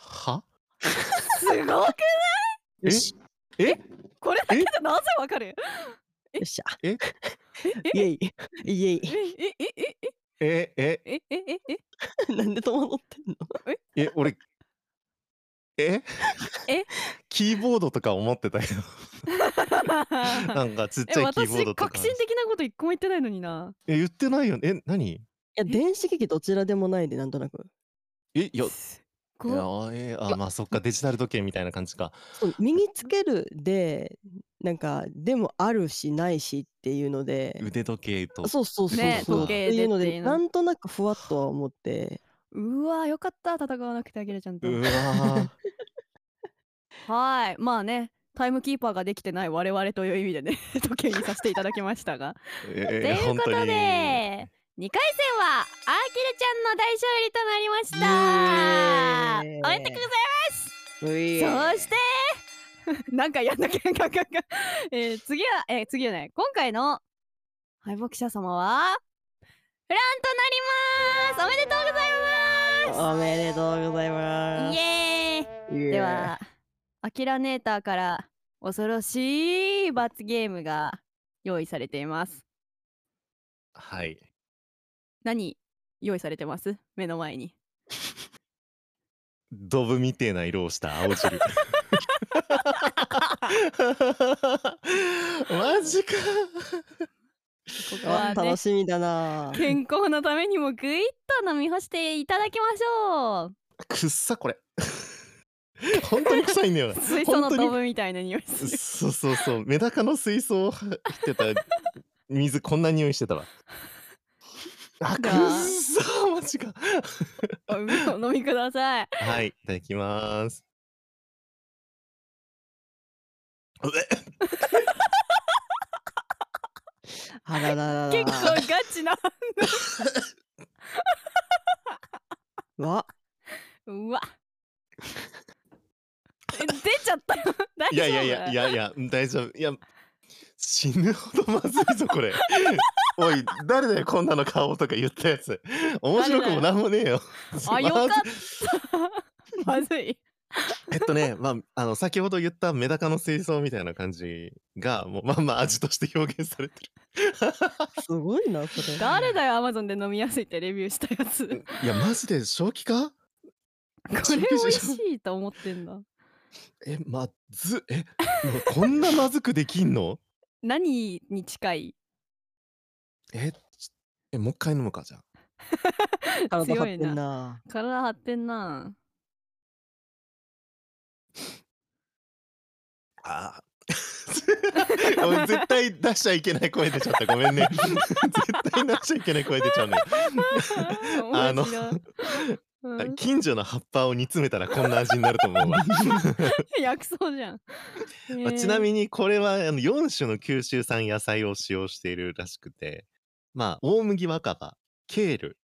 は
すごく
え
よし
え
これだけでなぜわかる
よっしゃ
え
[LAUGHS] イエイイエイ
ええ
[LAUGHS]
ええ
ええ
ええええ
なんで戸惑ってんの
え俺え
え
[LAUGHS] キーボードとか思ってたよなんかちっち
え
ゃいキーボー
私
ドと
革
か
新的なこと一個も言ってないのにな
え言ってないよねえ何
いや電子機器どちらでもないでなんとなく
えいや
す
い
ごい
やえあまあそっかデジタル時計みたいな感じか
そう身につけるでなんかでもあるしないしっていうので
腕時計と
そうそうそうそう、
ね
時
計
っていうの
でってい
で
うの
なんとなくふわっとは思って
うわよかった戦わなくてあげるちゃんと
うわー
はいまあねタイムキーパーができてない我々という意味でね [LAUGHS] 時計にさせていただきましたが。 [LAUGHS] と
え
いう
本
こ
当
とで
に
2回戦はあきるちゃんの大勝利となりました
イエーイ
おめでとうございますそし
そ
て [LAUGHS] なんかやんなきゃガンガンガン、えー、次は、えー、次はね今回の敗北者様はフランとなりますおめでとうございます
おめでとうございます
イエーイ
イエーイ
ではアキラネーターから恐ろしい罰ゲームが用意されています
はい
何用意されてます目の前に
ドブみてえな色をした青汁 [LAUGHS] マジか
ここ
わ
はね
楽しみだな
健康のためにもぐいっと飲み干していただきましょう
くっさこれ本当に臭いんだよな
[LAUGHS] 水槽の
本当に
ドブみたいな匂いする
そうそうそうメダカの水槽を入ってた水こんな匂いしてたわあくっ
だ
さマジか
お飲みください
はいいただきますうえ
あらららら
結構ガチな
[LAUGHS] わ
う
[LAUGHS]
わえ出ちゃった [LAUGHS] 大丈夫
いやいやいやいやいや大丈夫いや死ぬほどまずいぞこ
[LAUGHS]
れおい誰だよこんなの買おうとか言ったやつ面白くもなんもねえよ
あよかっ
[LAUGHS] まず
た [LAUGHS] まずい
えっとね、まあ、あの先ほど言ったメダカの水槽みたいな感じがもうまんま味として表現されて
すごいなそれ
誰だよアマゾンで飲みやすいってレビューしたやつ [LAUGHS] こ
るいやマジで正気か
れ
ちょ
美味しいと思ってんだ
えまずえもうこんなまずくできんの
何に近い
えちえもう一回飲むかじゃあ
体張
強
っ
い
て
なん
な
体張ってんな
あー [LAUGHS] おい絶対出しちゃいけない声出ちゃったごめん
[LAUGHS]
ね絶対出しちゃいけない声出ちゃうね
[LAUGHS]
あの [LAUGHS]
面白いうん [LAUGHS]
近所の葉っぱを煮詰めたらこんな味になると思うわ
薬草じゃん、
[LAUGHS] まあちなみにこれはあの4種の九州産野菜を使用しているらしくてまあ大麦若葉ケール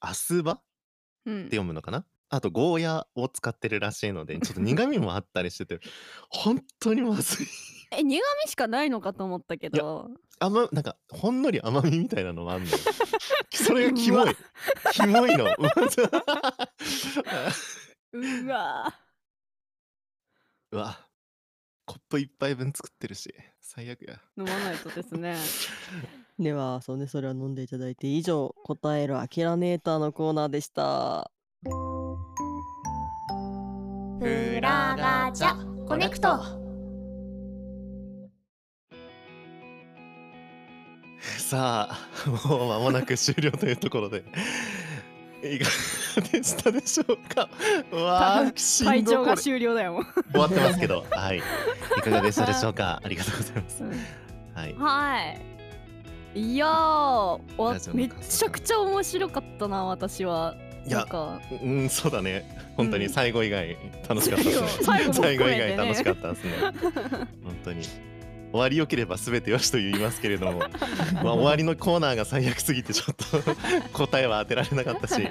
アスバっ
に、うん
て読むのかなあとゴーヤを使ってるらしいのでちょっと苦味もあったりしてて本当にまずい
え苦味しかないのかと思ったけど
甘なんかほんのり甘みみたいなのもあんの
[LAUGHS]
よそれがキモいキモいの [LAUGHS]
うわ
うわコップ一杯分作ってるし最悪や
飲まないとで
[LAUGHS]
すね
ではそうねそれは飲んでいただいて以上答えるアキラネーターのコーナーでした
フラガチャコネクト
さあもう間もなく終了というところでいかがでしたでしょうかうわあしん
会
ど
長
これ
が終了だよもう
終わってますけどはいいかがでしたでしょうかありがとうございますはい
はいいやーわ
ラジオ
め
の
っ
感想
ちゃくちゃ面白かったな私はいなん
や
か
うんそうだね本当
う
に
ん
最後以外楽しかったですね
最後も含めて
最後
ね
以外楽しかったですね本当に終わりよければ全てよしと言いますけれ
[LAUGHS]
ども、まあ、終わりのコーナーが最悪すぎてちょっと答えは当てられなか
[LAUGHS]
ったし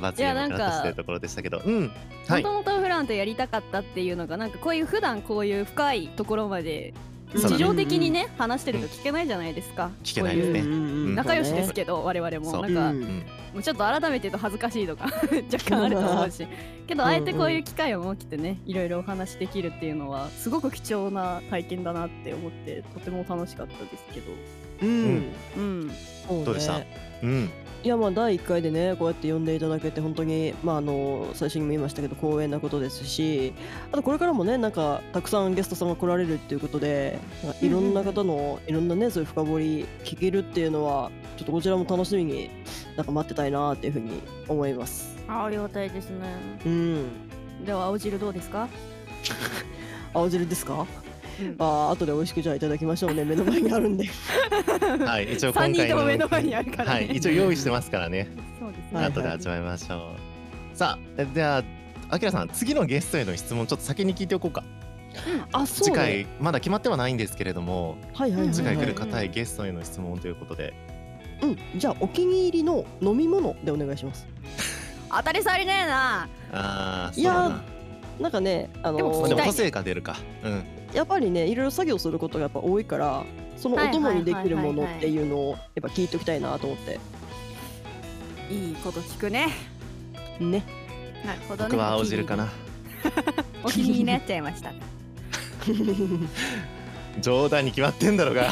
罰ゲームになったしというところでしたけどうんは
も
い
ともとフランとやりたかったっていうのがなんかこういう普段こういう深いところまで
そうだね
日常的にね話してると聞けないじゃないですか。
聞けないです
うん
ね。
うんうん
仲良しですけど我々
そ
も
う
なんか
うん
うん
もうちょっと改めて言うと恥ずかしいとか [LAUGHS] 若干あると思うしけどあえてこういう機会を設けてねいろいろお話できるっていうのはすごく貴重な体験だなって思ってとても楽しかったですけど
うん
うん
そね
どうでしたうん
いやまあ第1回でねこうやって呼んでいただけて本当にまああの最初にも言いましたけど光栄なことですしあとこれからもねなんかたくさんゲストさんが来られるっていうことでなんかいろんな方のいろんなねそういう深掘り聞けるっていうのはちょっとこちらも楽しみになんか待ってたいなっていうふうに思います。
ありがたいですね
うん
では青汁どうですか
青汁ですか、
うん
あー後で美味しくじゃあいただきましょうね目の前にあるんで
はい、
[LAUGHS]
一応今
三
回
人とも目の前にあるからね
はい、一応用意してますからね。
そうです
はいはい
後で味わいましょう。さあ、では、あきらさん、次のゲストへの質問、ちょっと先に聞いておこうか。
[LAUGHS] あそう
次
ね
回、まだ決まってはないんですけれども、
はいはいはいはい
次回来る方
うんうんう
へ
ん
ゲストへの質問ということで。
うんじゃあお気に入りの飲み物でお願いします
当たり障りねえな
ああ、そ
いうやー
だな。
なんかねあの
でも聞
まあで
きた
も
い
個性が出るか。うん。
やっぱりねいろいろ作業することがやっぱ多いからそのお供にできるものっていうのをやっぱ聞いておきたいなと思って
いいこと聞くね
ね
なるほどね
僕は青汁かな。
お気に入りになっちゃいました
冗談に決まってんだろうが。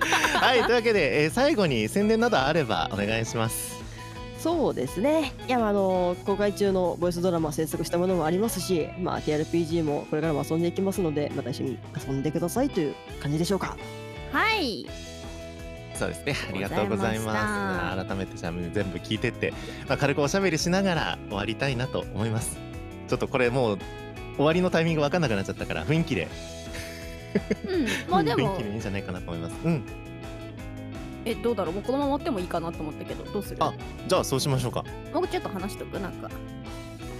はい、というわけで、えー最後に宣伝などあればお願いします。
そうですねいやまああの公開中のボイスドラマ制作したものもありますしまあ TRPG もこれからも遊んでいきますのでまた一緒に遊んでくださいという感じでしょうか
はい
そうですね。ありがとうございます。改めてじゃあ全部聞いてって、まあ、軽くおしゃべりしながら終わりたいなと思います。ちょっとこれもう終わりのタイミングわかんなくなっちゃったから雰囲気で
うんまあ
[LAUGHS]
で
雰
も
囲気でいいんじゃないかなと思います。うん。
えどうだろうもうこのまま持ってもいいかなと思ったけどどうする
あじゃあそうしましょうか。
もうちょっと話しとくなんか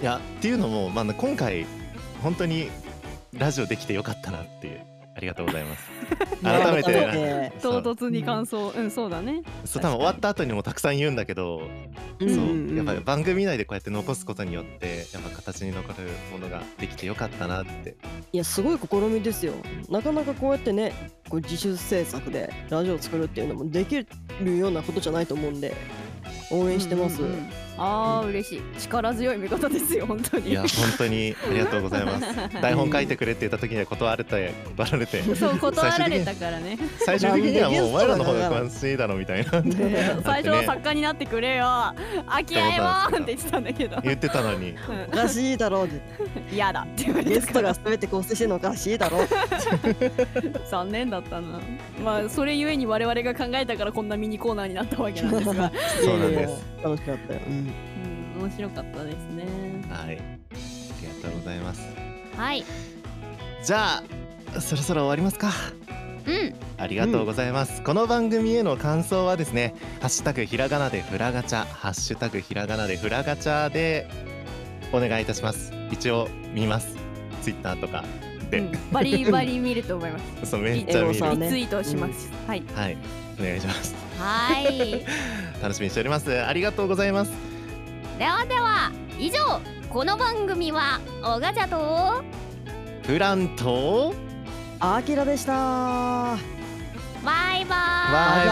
いやっていうのもまあ今回本当にラジオできてよかったなっていう。ありがとうございます。改めて
改めて
そう
突
に感
想うんそうだね
そう多分終わった後にもたくさん言うんだけど、
う
そ
ん
う
うん
やっぱり番組内でこうやって残すことによってやっぱ形に残るものができてよかったなって
いやすごい試みですよなかなかこうやってねこう自主制作でラジオを作るっていうのもできるようなことじゃないと思うんで応援してます、
うんうんうんあー嬉しい力強い味方ですよ本当に
いや本当にありがとうござい
[LAUGHS]
ます台本書いてくれって言った時には断られて断られて
そう断ら
最
れ
終的に
たからね
最終的にはもうお前らの方が詳しいだろみたいな
最初は作家になってくれよ飽き合えまーんって言ってたんだけ [LAUGHS] ど
言ってたのに
[LAUGHS] おかしいだろうって
うん嫌だって言われ
ゲ
て
ス
た
ト
か
が
ら
全て構成してるのおかしいだろう
残念だったなまあそれゆえに我々が考えたからこんなミニコーナーになったわけなん [LAUGHS] ですが、
そうなんです
いやいや楽しかったよ、うん
うん、面白かったですね
はいありがとうございます
はい
じゃあそろそろ終わりますか
うん
ありがとうございます、この番組への感想はですねハッシュタグひらがなでフラガチャハッシュタグひらがなでフラガチャでお願いいたします一応見ますツイッターとかで、
うんバリバリ見ると思います
そうめっちゃ見
エゴ
る
さ
は
んね
リツイートします、はい
いお願いします
はい
楽しみにしておりますありがとうございます
ではでは以上この番組はおがちゃと
プラント
あきらでした
バイバイ
バイバイ